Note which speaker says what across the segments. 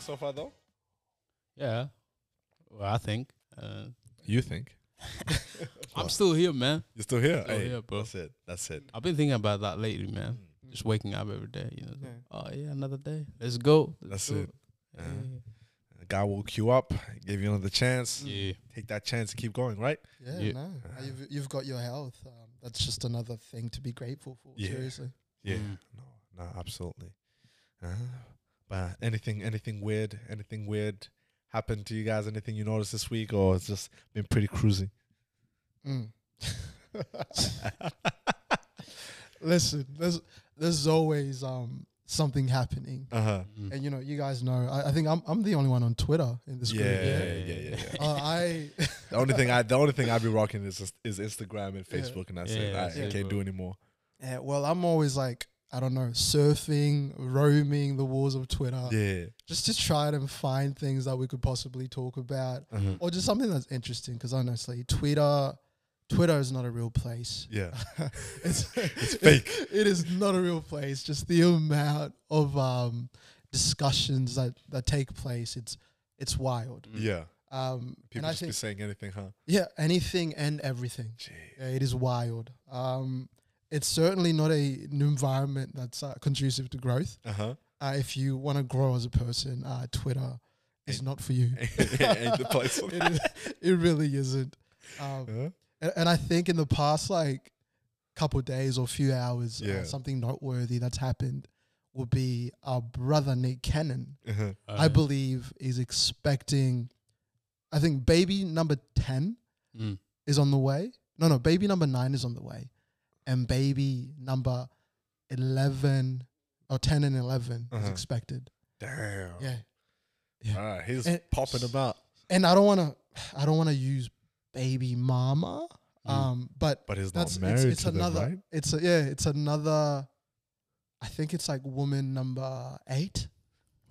Speaker 1: so far, though?
Speaker 2: Yeah. Well, I think. Uh,
Speaker 3: You think
Speaker 2: I'm still here, man.
Speaker 3: you're still here?
Speaker 2: Still
Speaker 3: Hey,
Speaker 2: here, bro.
Speaker 3: That's it. That's it.
Speaker 2: I've been thinking about that lately, man. Just waking up every day, you know. it's like, Oh yeah, another day. Let's go.
Speaker 3: That's
Speaker 2: Let's do
Speaker 3: it. Uh,
Speaker 2: Uh-huh.
Speaker 3: God woke you up, gave you another chance.
Speaker 2: Yeah. yeah.
Speaker 3: Take that chance and keep going, right?
Speaker 4: Yeah,
Speaker 2: Yeah.
Speaker 4: no. Uh, You've, you've got your health. Um, that's just another thing to be grateful for.
Speaker 3: Yeah.
Speaker 4: Seriously.
Speaker 3: Yeah.
Speaker 2: Mm.
Speaker 3: No, no, absolutely. Uh, but anything, anything weird, anything weird happened to you guys? Anything you noticed this week, or it's just been pretty cruising?
Speaker 4: Mm. Listen, there's there's always um something happening,
Speaker 3: Uh huh.
Speaker 2: Mm.
Speaker 4: and you know, you guys know. I, I think I'm I'm the only one on Twitter in this
Speaker 3: Yeah,
Speaker 4: group.
Speaker 3: yeah, yeah, yeah. yeah.
Speaker 4: Uh, I
Speaker 3: the only thing I, the only thing I be rocking is just, is Instagram and
Speaker 4: Yeah.
Speaker 3: Facebook, and that's
Speaker 2: Yeah,
Speaker 3: it.
Speaker 2: that's
Speaker 3: I, I
Speaker 2: it,
Speaker 3: can't
Speaker 2: bro.
Speaker 3: do anymore.
Speaker 4: yeah, well, I'm always like I don't know, surfing, roaming the walls of Twitter,
Speaker 3: Yeah.
Speaker 4: just to try and find things that we could possibly talk about,
Speaker 3: Uh-huh.
Speaker 4: or just something that's interesting. Because honestly, Twitter, Twitter is not a real place.
Speaker 3: Yeah.
Speaker 4: it's,
Speaker 3: fake.
Speaker 4: It is not a real place. Just the amount of um, discussions that, that take place, it's it's wild.
Speaker 3: Yeah.
Speaker 4: Um, and
Speaker 3: People
Speaker 4: I
Speaker 3: just be
Speaker 4: think
Speaker 3: saying anything, huh?
Speaker 4: yeah, anything and everything.
Speaker 3: Gee.
Speaker 4: Yeah, it is wild. Um, it's certainly not a an environment that's uh, conducive to growth.
Speaker 3: Uh huh.
Speaker 4: Uh, if you want to grow as a person, uh, Twitter is not for you.
Speaker 3: Ain't the place. for
Speaker 4: it, is, it really isn't. Um,
Speaker 3: that. Huh?
Speaker 4: and, and I think in the past like couple days or few hours, uh,
Speaker 3: Yeah.
Speaker 4: something noteworthy that's happened would be our brother Nick Cannon.
Speaker 3: Uh-huh.
Speaker 4: I believe is expecting. I think baby number ten
Speaker 2: Mm.
Speaker 4: is on the way. No, no, baby number nine is on the way, and baby number eleven or ten and 11 is
Speaker 3: Uh-huh.
Speaker 4: expected.
Speaker 3: Damn.
Speaker 4: Yeah,
Speaker 3: Ah, he's
Speaker 4: And-
Speaker 3: popping them out,
Speaker 4: and I don't want to. I don't want to use baby mama.
Speaker 2: Mm.
Speaker 4: Um, but
Speaker 3: but he's
Speaker 4: that's
Speaker 3: not married
Speaker 4: it's, it's
Speaker 3: to
Speaker 4: another
Speaker 3: them, right?
Speaker 4: it's a, yeah it's another i think it's like woman number eight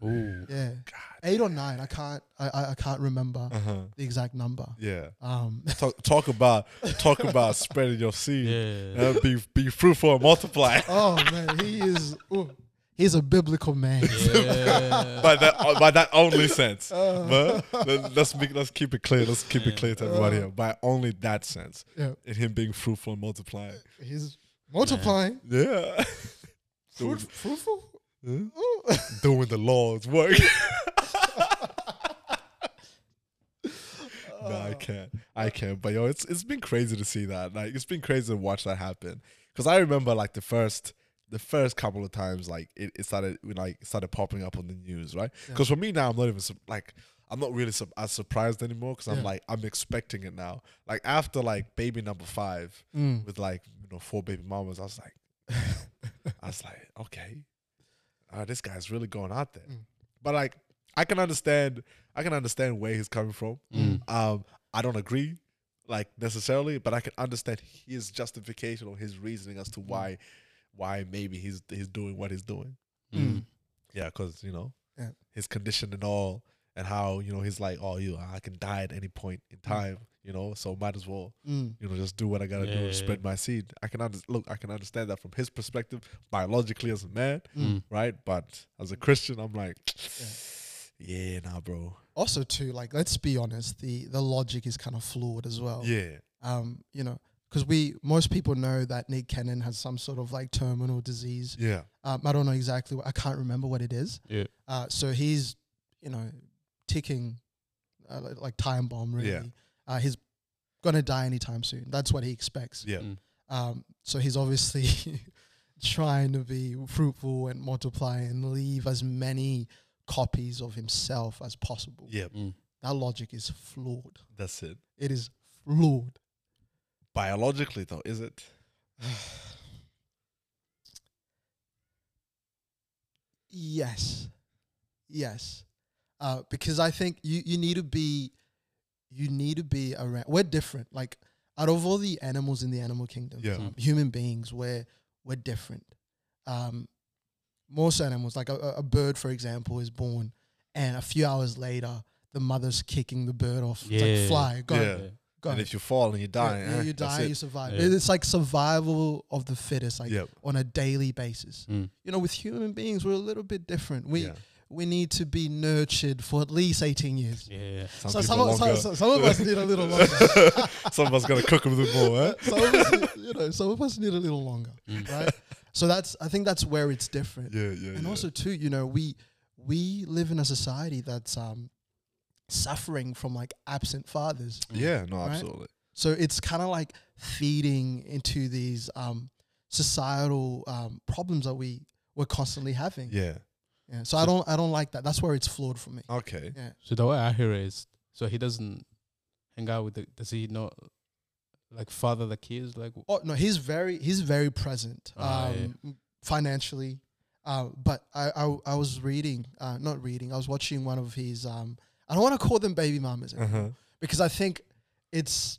Speaker 2: Ooh.
Speaker 4: yeah
Speaker 3: God.
Speaker 4: eight or nine i can't i i, I can't remember
Speaker 3: Uh huh.
Speaker 4: the exact number
Speaker 3: Yeah.
Speaker 4: um
Speaker 3: Talk, talk about talk about spreading your seed.
Speaker 2: Yeah.
Speaker 3: Uh, be be fruitful and multiply.
Speaker 4: oh man he is ooh, he's a biblical man
Speaker 2: yeah.
Speaker 3: by that uh, by that only sense.
Speaker 4: Uh-huh.
Speaker 3: But let- let's make, let's keep it clear. Let's keep it clear to everybody here. By only that sense,
Speaker 4: yeah
Speaker 3: in him being fruitful and multiplying.
Speaker 4: he's multiplying
Speaker 3: Yeah.
Speaker 4: Fruit,
Speaker 3: Doing,
Speaker 4: fruitful
Speaker 3: Hmm?
Speaker 4: Ooh.
Speaker 3: doing the Lord's work. no, I can't. I can't. But yo, it's it's been crazy to see that. Like it's been crazy to watch that happen. Cause I remember like the first the first couple of times like it, it started when like it started popping up on the news, right? Because for me now I'm not even sur- like I'm not really sur- as surprised anymore because I'm
Speaker 4: Yeah.
Speaker 3: like I'm expecting it now. Like after like baby number five
Speaker 4: Mm.
Speaker 3: with like you know four baby mamas, I was like, I was like, okay, uh, this guy's really going out there.
Speaker 4: Mm.
Speaker 3: But like, I can understand, I can understand where he's coming from.
Speaker 2: Mm.
Speaker 3: Um, I don't agree, like necessarily, but I can understand his justification or his reasoning as
Speaker 4: Mm.
Speaker 3: to why, why maybe he's he's doing what he's doing.
Speaker 2: Mm.
Speaker 3: Yeah, because you know
Speaker 4: Yeah.
Speaker 3: his condition and all, and how you know he's like, oh, you, I can die at any point in time. You know, so might as well
Speaker 4: Mm.
Speaker 3: you know, just do what I gotta do
Speaker 2: Yeah.
Speaker 3: to spread my seed. I can under- look, I can understand that from his perspective, biologically as a man,
Speaker 2: Mm.
Speaker 3: right? But as a Christian, I'm like, yeah, nah, bro.
Speaker 4: also too like let's be honest the the logic is kind of flawed as well
Speaker 3: Yeah,
Speaker 4: um, you know, because we most people know that Nick Cannon has some sort of like terminal disease.
Speaker 3: yeah,
Speaker 4: Um, I don't know exactly. What, I can't remember what it is.
Speaker 2: Yeah.
Speaker 4: Uh, so he's, you know, ticking uh, li- like time bomb. Really.
Speaker 3: Yeah.
Speaker 4: Uh, he's gonna die anytime soon. That's what he expects.
Speaker 3: yeah,
Speaker 2: Mm.
Speaker 4: Um, so he's obviously trying to be fruitful and multiply and leave as many copies of himself as possible.
Speaker 3: yeah.
Speaker 2: Mm.
Speaker 4: That logic is flawed.
Speaker 3: That's it.
Speaker 4: It is flawed.
Speaker 3: Biologically, though, is it?
Speaker 4: Yes. Yes. Uh, because I think you, you need to be you need to be around we're different. Like out of all the animals in the animal kingdom,
Speaker 3: Yeah.
Speaker 4: um, human beings we're we're different. Um, most animals, like a, a a bird, for example, is born and a few hours later the mother's kicking the bird off. It's
Speaker 2: Yeah.
Speaker 4: like fly, go,
Speaker 3: Yeah.
Speaker 4: go.
Speaker 3: And if you fall and you
Speaker 4: Yeah,
Speaker 3: die,
Speaker 4: yeah,
Speaker 3: eh,
Speaker 4: you
Speaker 3: that's
Speaker 4: die,
Speaker 3: it.
Speaker 4: you survive.
Speaker 2: Yeah.
Speaker 4: It's like survival of the fittest, like
Speaker 3: Yep.
Speaker 4: on a daily basis.
Speaker 2: Mm.
Speaker 4: You know, with human beings, we're a little bit different. We
Speaker 3: Yeah.
Speaker 4: we need to be nurtured for at least 18 years.
Speaker 2: Yeah.
Speaker 3: Some
Speaker 4: so
Speaker 3: people
Speaker 4: some, of- some,
Speaker 3: longer.
Speaker 4: some, some of us need a little longer.
Speaker 3: Some of us gotta cook them a bit more. Eh?
Speaker 4: some of us, you know, some of us need a little longer,
Speaker 2: Mm.
Speaker 4: right? So that's I think that's where it's different.
Speaker 3: Yeah, yeah.
Speaker 4: and
Speaker 3: yeah.
Speaker 4: also too you know we we live in a society that's um suffering from like absent fathers
Speaker 3: yeah, no,
Speaker 4: right?
Speaker 3: absolutely.
Speaker 4: so it's kind of like feeding into these um societal um problems that we we're constantly having
Speaker 3: Yeah.
Speaker 4: Yeah, so i don't i don't like that that's where it's flawed for me
Speaker 3: Okay.
Speaker 2: So the way I hear it is, so he doesn't hang out with the. Does he not like father the kids? Like
Speaker 4: oh no he's very he's very present
Speaker 2: Ah, yeah.
Speaker 4: um financially uh, but I, I I was reading uh not reading i was watching one of his um i don't want to call them baby mamas eh?
Speaker 3: Uh huh.
Speaker 4: because I think it's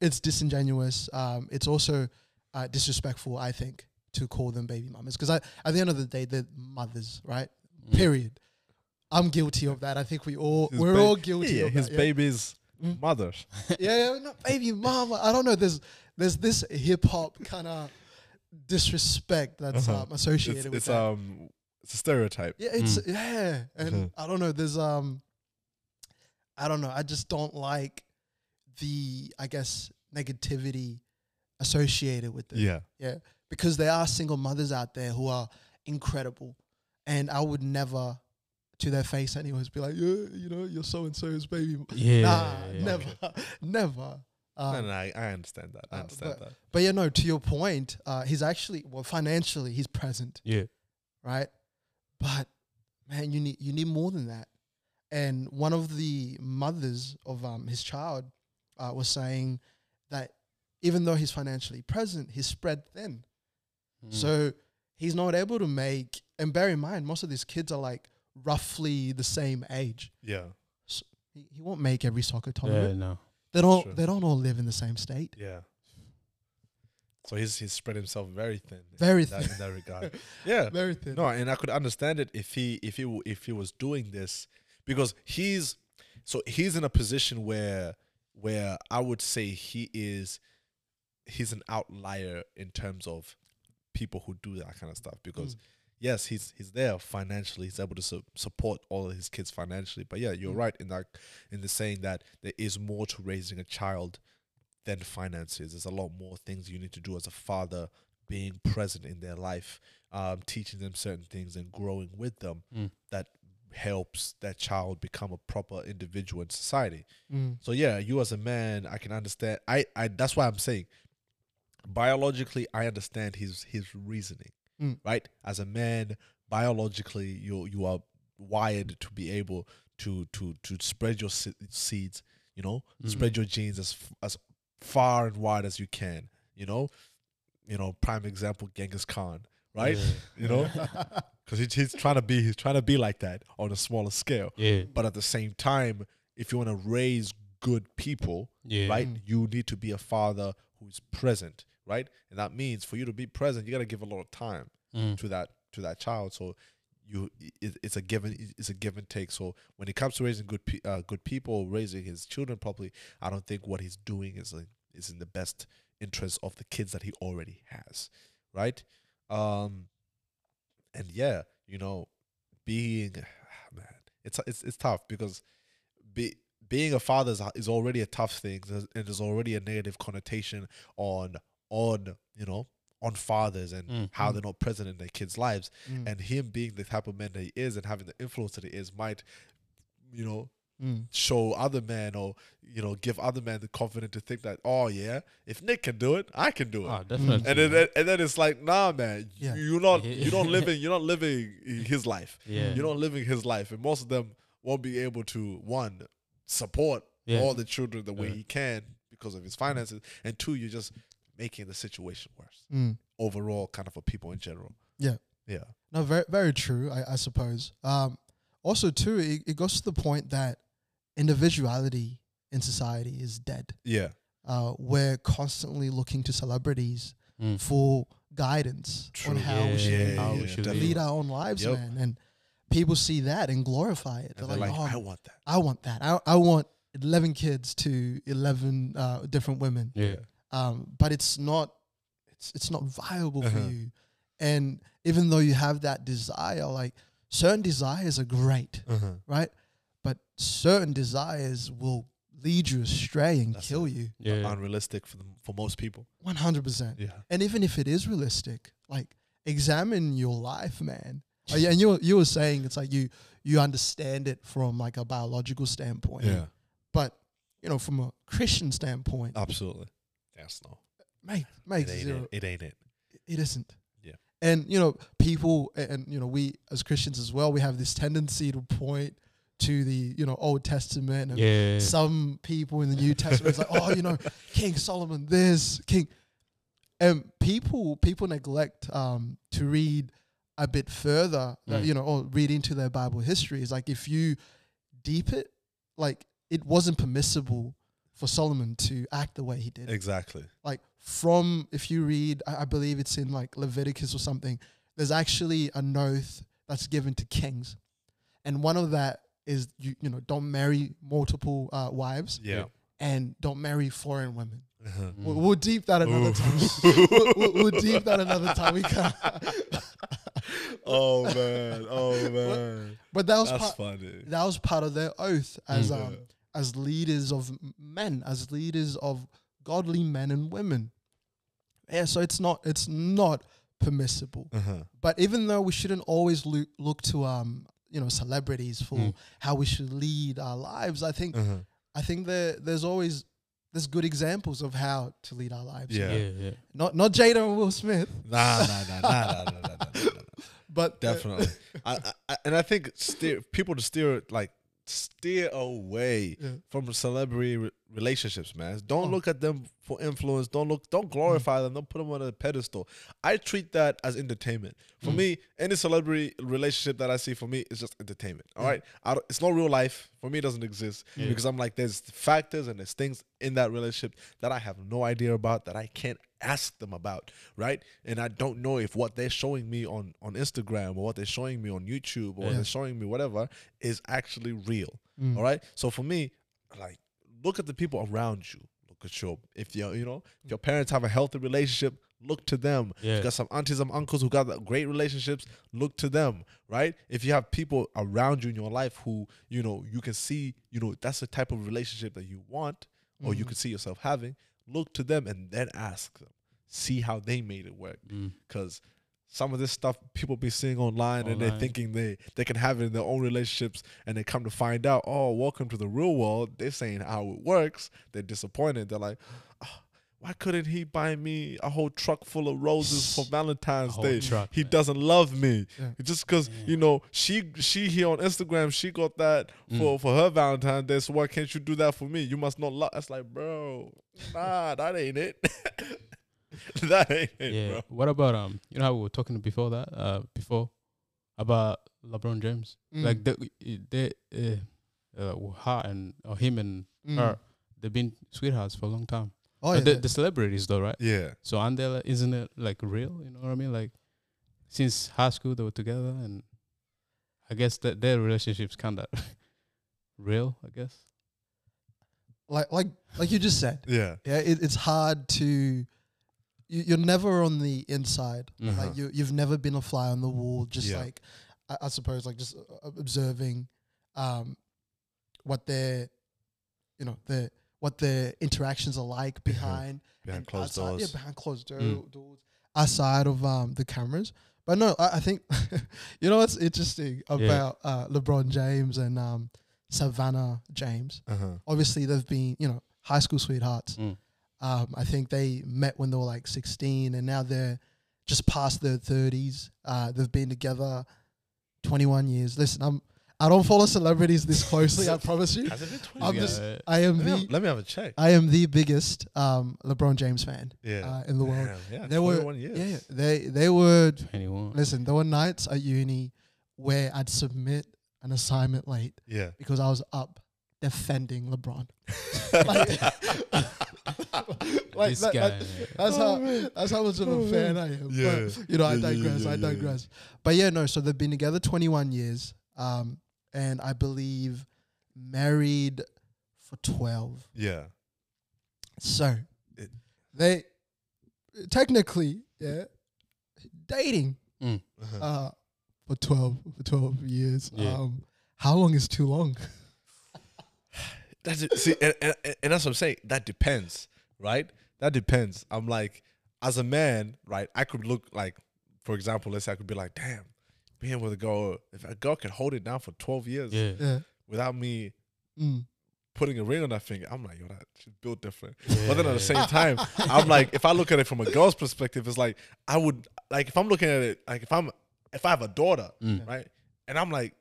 Speaker 4: it's disingenuous. Um, it's also uh, disrespectful. I think to call them baby mamas because I at the end of the day they're mothers, right?
Speaker 3: Mm.
Speaker 4: Period. I'm guilty of that. I think we all we're all guilty
Speaker 3: Yeah,
Speaker 4: of
Speaker 3: his
Speaker 4: that. yeah. Mm.
Speaker 3: baby's mother.
Speaker 4: yeah, yeah, not baby mama. I don't know. There's there's this hip hop kind of disrespect that's
Speaker 3: Uh-huh.
Speaker 4: um, associated
Speaker 3: It's,
Speaker 4: with
Speaker 3: it's
Speaker 4: that.
Speaker 3: um, it's a stereotype.
Speaker 4: Yeah, it's
Speaker 2: Mm.
Speaker 4: yeah, and
Speaker 3: Mhm.
Speaker 4: I don't know. There's um, I don't know. I just don't like the I guess negativity associated with it.
Speaker 3: Yeah.
Speaker 4: because there are single mothers out there who are incredible, and I would never, to their face, anyways, be like, yeah, you know, you're so and so's baby. m-"
Speaker 2: yeah,
Speaker 4: nah,
Speaker 2: yeah.
Speaker 4: never, never. Um,
Speaker 3: no, no, I, I understand that. I
Speaker 4: uh,
Speaker 3: understand that.
Speaker 4: But yeah, no. To your point, uh, he's actually well financially, he's present
Speaker 2: yeah.
Speaker 4: right? But man, you need you need more than that. And one of the mothers of um, his child uh, was saying that even though he's financially present, he's spread thin.
Speaker 2: Mm.
Speaker 4: So he's not able to make. And bear in mind, most of these kids are like roughly the same age.
Speaker 3: Yeah.
Speaker 4: He, he won't make every soccer
Speaker 2: yeah,
Speaker 4: tournament.
Speaker 2: no.
Speaker 4: They don't.
Speaker 3: Sure.
Speaker 4: They don't all live in the same state.
Speaker 3: Yeah. So he's he's spread himself very thin. in
Speaker 4: Very
Speaker 3: that-
Speaker 4: thin.
Speaker 3: in that regard. Yeah.
Speaker 4: Very thin.
Speaker 3: No, and I could understand it if he if he w- if he was doing this because he's so he's in a position where where I would say he is he's an outlier in terms of people who do that kind of stuff because yes he's he's there financially he's able to su- support all of his kids financially but yeah you're right in that in the saying that there is more to raising a child than finances there's a lot more things you need to do as a father being present in their life um, teaching them certain things and growing with them
Speaker 2: Mm.
Speaker 3: that helps that child become a proper individual in society
Speaker 4: Mm.
Speaker 3: so yeah, you as a man, I can understand. I, I that's why I'm saying biologically I understand his his reasoning.
Speaker 4: Mm.
Speaker 3: Right? As a man, biologically you you are wired to be able to to to spread your se- seeds, you know? Spread your genes as f- as far and wide as you can, you know? You know, prime example Genghis Khan, right? You know? Cuz he's, he's trying to be he's trying to be like that on a smaller scale.
Speaker 2: Yeah,
Speaker 3: But at the same time, if you want to raise good people,
Speaker 2: yeah.
Speaker 3: right, you need to be a father who's present, right? And that means for you to be present, you got to give a lot of time
Speaker 2: Mm.
Speaker 3: to that to that child. So you it, it's a given it's a give and take. So when it comes to raising good pe- uh, good people, raising his children properly, I don't think what he's doing is like, is in the best interest of the kids that he already has, right? Um, and yeah, you know, being man, it's it's it's tough because be being a father is, is already a tough thing, there's- and there's already a negative connotation on on you know on fathers and
Speaker 2: Mm.
Speaker 3: how they're not present in their kids' lives.
Speaker 4: Mm.
Speaker 3: And him being the type of man that he is and having the influence that he is might, you know,
Speaker 4: Mm.
Speaker 3: show other men or you know give other men the confidence to think that oh yeah, if Nick can do it, I can do it.
Speaker 2: Oh, definitely.
Speaker 3: And then, and then it's like, nah, man,
Speaker 4: Yeah.
Speaker 3: you're not, you're not living, you're not living his life.
Speaker 2: yeah.
Speaker 3: You're not living his life, and most of them won't be able to one support
Speaker 2: Yeah.
Speaker 3: all the children the way
Speaker 2: Yeah.
Speaker 3: he can because of his finances, and two, you're just making the situation worse
Speaker 4: Mm.
Speaker 3: overall, kind of for people in general.
Speaker 4: Yeah.
Speaker 3: yeah,
Speaker 4: No, very very true. I, I suppose. Um, also, too, it, it goes to the point that individuality in society is dead.
Speaker 3: yeah,
Speaker 4: Uh, we're constantly looking to celebrities
Speaker 2: Mm.
Speaker 4: for guidance on
Speaker 3: True.
Speaker 4: how we
Speaker 2: Yeah,
Speaker 4: should
Speaker 2: how we
Speaker 3: yeah,
Speaker 2: should
Speaker 3: definitely.
Speaker 4: lead our own lives,
Speaker 3: Yep.
Speaker 4: man. And people see that and glorify it. They're,
Speaker 3: and they're
Speaker 4: like,
Speaker 3: like, I
Speaker 4: "Oh,
Speaker 3: want that.
Speaker 4: I, want that. I, I want eleven kids to eleven uh, different women."
Speaker 2: Yeah.
Speaker 4: um, but it's not it's it's not viable
Speaker 3: Uh-huh.
Speaker 4: for you and even though you have that desire like certain desires are great,
Speaker 3: Uh-huh.
Speaker 4: right? But certain desires will lead you astray and
Speaker 3: That's
Speaker 4: kill
Speaker 3: it.
Speaker 4: you.
Speaker 2: yeah,
Speaker 3: Unrealistic for them, for most people.
Speaker 4: 100%.
Speaker 3: Yeah.
Speaker 4: And even if it is realistic, like examine your life, man. Oh, yeah, and you were- you were saying it's like you you understand it from like a biological standpoint.
Speaker 3: Yeah.
Speaker 4: But you know, from a Christian standpoint,
Speaker 3: Absolutely. Yes. No.
Speaker 4: mate,
Speaker 3: It
Speaker 4: makes
Speaker 3: ain't
Speaker 4: zero.
Speaker 3: it. It ain't it.
Speaker 4: it isn't.
Speaker 3: Yeah.
Speaker 4: And you know, people a- and you know, we as Christians as well, we have this tendency to point to the, you know, Old Testament and
Speaker 2: yeah.
Speaker 4: some people in the New Testament is like, oh, you know, King Solomon, this King, and people people neglect um, to read a bit further, that,
Speaker 2: Mm.
Speaker 4: you know, or read into their Bible history. It's like if you deep it, like it wasn't permissible for Solomon to act the way he did.
Speaker 3: Exactly.
Speaker 4: Like from if you read, I, I believe it's in like Leviticus or something. There's actually an oath that's given to kings, and one of that is you you know don't marry multiple uh, wives
Speaker 3: Yeah.
Speaker 4: and don't marry foreign women.
Speaker 3: Uh-huh.
Speaker 4: We'll, we'll deep that another
Speaker 3: Ooh.
Speaker 4: time. we'll, we'll- we'll deep that another time. We can't.
Speaker 3: oh man. Oh man.
Speaker 4: But that was
Speaker 3: That's
Speaker 4: part,
Speaker 3: funny.
Speaker 4: that was part of their oath as
Speaker 3: Mm.
Speaker 4: um, as leaders of m- men, as leaders of godly men and women. Yeah, so it's not it's not permissible.
Speaker 3: Uh-huh.
Speaker 4: But even though we shouldn't always look look to um you know celebrities for
Speaker 2: Mm.
Speaker 4: how we should lead our lives, I think
Speaker 3: Uh-huh.
Speaker 4: I think there there's always there's good examples of how to lead our lives.
Speaker 3: Yeah.
Speaker 2: yeah, yeah.
Speaker 4: Not not Jada and Will Smith,
Speaker 3: Nah, nah, nah, nah, nah, nah, nah, nah, nah, nah.
Speaker 4: but uh,
Speaker 3: Definitely. I, I, and I think steer people to steer like steer away
Speaker 4: Yeah.
Speaker 3: from celebrity re- relationships, man. Don't
Speaker 4: Oh. Mm.
Speaker 3: look at them for influence. Don't look. Don't glorify them. Don't put them on a pedestal. I treat that as entertainment.
Speaker 4: Mm.
Speaker 3: For me, any celebrity relationship that I see for me is just entertainment. All right, I don't, it's not real life for me. It doesn't exist
Speaker 2: Yeah.
Speaker 3: because I'm like there's factors and there's things in that relationship that I have no idea about that I can't ask them about, right? And I don't know if what they're showing me on on Instagram or what they're showing me on YouTube or what
Speaker 4: Yeah.
Speaker 3: they're showing me whatever is actually real. All right. So for me, like, look at the people around you. Look at your if you you know if your parents have a healthy relationship, look to them. If
Speaker 2: Yeah.
Speaker 3: you got some aunties and uncles who got that great relationships, look to them. Right. If you have people around you in your life who you know you can see you know that's the type of relationship that you want or you
Speaker 4: Mhm.
Speaker 2: Mm.
Speaker 3: could see yourself having, look to them and then ask them, see how they made it work
Speaker 2: Mm.
Speaker 3: because some of this stuff people be seeing online, and they're
Speaker 2: Online.
Speaker 3: thinking they they can have it in their own relationships and they come to find out oh welcome to the real world they're saying how it works they're disappointed they're like "Ah, why couldn't he buy me a whole truck full of roses for valentine's
Speaker 2: whole
Speaker 3: day
Speaker 2: truck,
Speaker 3: he
Speaker 2: man."
Speaker 3: doesn't love me
Speaker 4: Yeah.
Speaker 3: just because you know she she here on instagram she got that for for her valentine's day so why can't you do that for me you must not love that's like bro nah that ain't it that ain't it
Speaker 2: yeah.
Speaker 3: bro
Speaker 2: What about um? You know how we were talking before that, uh, before about LeBron James,
Speaker 4: Mm,
Speaker 2: like the they, uh, uh, her and or him and
Speaker 4: mm.
Speaker 2: her, they've been sweethearts for a long time.
Speaker 4: Oh,
Speaker 2: Uh,
Speaker 4: yeah,
Speaker 2: the,
Speaker 4: yeah.
Speaker 2: the celebrities though, right?
Speaker 3: yeah
Speaker 2: So Andela isn't it like real? You know what I mean? Like since high school they were together, and I guess that their relationships kind of real. I guess.
Speaker 4: like like like you just said.
Speaker 3: Yeah.
Speaker 4: Yeah, it, it's hard to. You, you're never on the inside.
Speaker 2: Mm.
Speaker 3: Uh-huh.
Speaker 4: Mm-hmm. Like you, you've never been a fly on the wall. Just
Speaker 3: Yeah.
Speaker 4: like, I, I suppose, like just uh, observing, um, what their, you know, their what their interactions are like behind
Speaker 3: Mm-hmm. Behind
Speaker 4: and
Speaker 3: closed
Speaker 4: outside-
Speaker 3: doors.
Speaker 4: Yeah, behind closed do-
Speaker 2: Mm.
Speaker 4: doors, outside of um the cameras. But no, I, I think, you know, what's interesting about uh, LeBron James and um Savannah James
Speaker 3: Uh-huh.
Speaker 4: obviously they've been you know high school sweethearts
Speaker 2: Mm.
Speaker 4: um, i think they met when they were like 16 and now they're just past their 30s uh, they've been together 21 years listen i'm i don't follow celebrities this closely i promise you
Speaker 3: Has it been 20
Speaker 4: I'm
Speaker 2: Yeah,
Speaker 3: years?
Speaker 4: just-
Speaker 2: uh,
Speaker 4: i am
Speaker 3: let, me have,
Speaker 4: the
Speaker 3: let me have a check.
Speaker 4: i am the biggest um, lebron james fan
Speaker 3: yeah.
Speaker 4: uh, in the world
Speaker 3: Damn, yeah.
Speaker 4: There were-
Speaker 3: 21 years.
Speaker 4: yeah, yeah they they were
Speaker 2: 21.
Speaker 4: listen there were nights at uni where i'd submit an assignment late
Speaker 3: Yeah.
Speaker 4: because i was up defending lebron like
Speaker 2: this
Speaker 4: that-
Speaker 2: guy.
Speaker 4: that-
Speaker 2: man.
Speaker 4: That's
Speaker 3: Oh,
Speaker 4: how
Speaker 3: man.
Speaker 4: that's how much of
Speaker 3: Oh,
Speaker 4: a fan I am.
Speaker 3: Yeah.
Speaker 4: But, you know,
Speaker 3: Yeah, yeah,
Speaker 4: I
Speaker 3: yeah,
Speaker 4: digress.
Speaker 3: yeah,
Speaker 4: I
Speaker 3: yeah.
Speaker 4: digress. But yeah, no. So they've been together 21 years, um, and I believe married for 12.
Speaker 3: Yeah.
Speaker 4: So
Speaker 3: It-
Speaker 4: they technically, yeah, dating.
Speaker 2: Mm.
Speaker 3: Uh-huh.
Speaker 4: Uh, for 12 for 12 years.
Speaker 2: Yeah.
Speaker 4: Um, how long is too long?
Speaker 3: That's it. See, and, and, and that's what I'm saying. That depends, right? That depends. I'm like, as a man, right? I could look like, for example, let's say I could be like, damn, being with a girl, if a girl could hold it down for 12 years
Speaker 2: Yeah.
Speaker 4: Yeah.
Speaker 3: without me
Speaker 4: Mm.
Speaker 3: putting a ring on that finger, I'm like, yo, that she's built different.
Speaker 2: yeah.
Speaker 3: But then at the same time, I'm like, if I look at it from a girl's perspective, it's like I would like if I'm looking at it like if I'm if I have a daughter,
Speaker 2: Mm.
Speaker 3: right, and I'm like,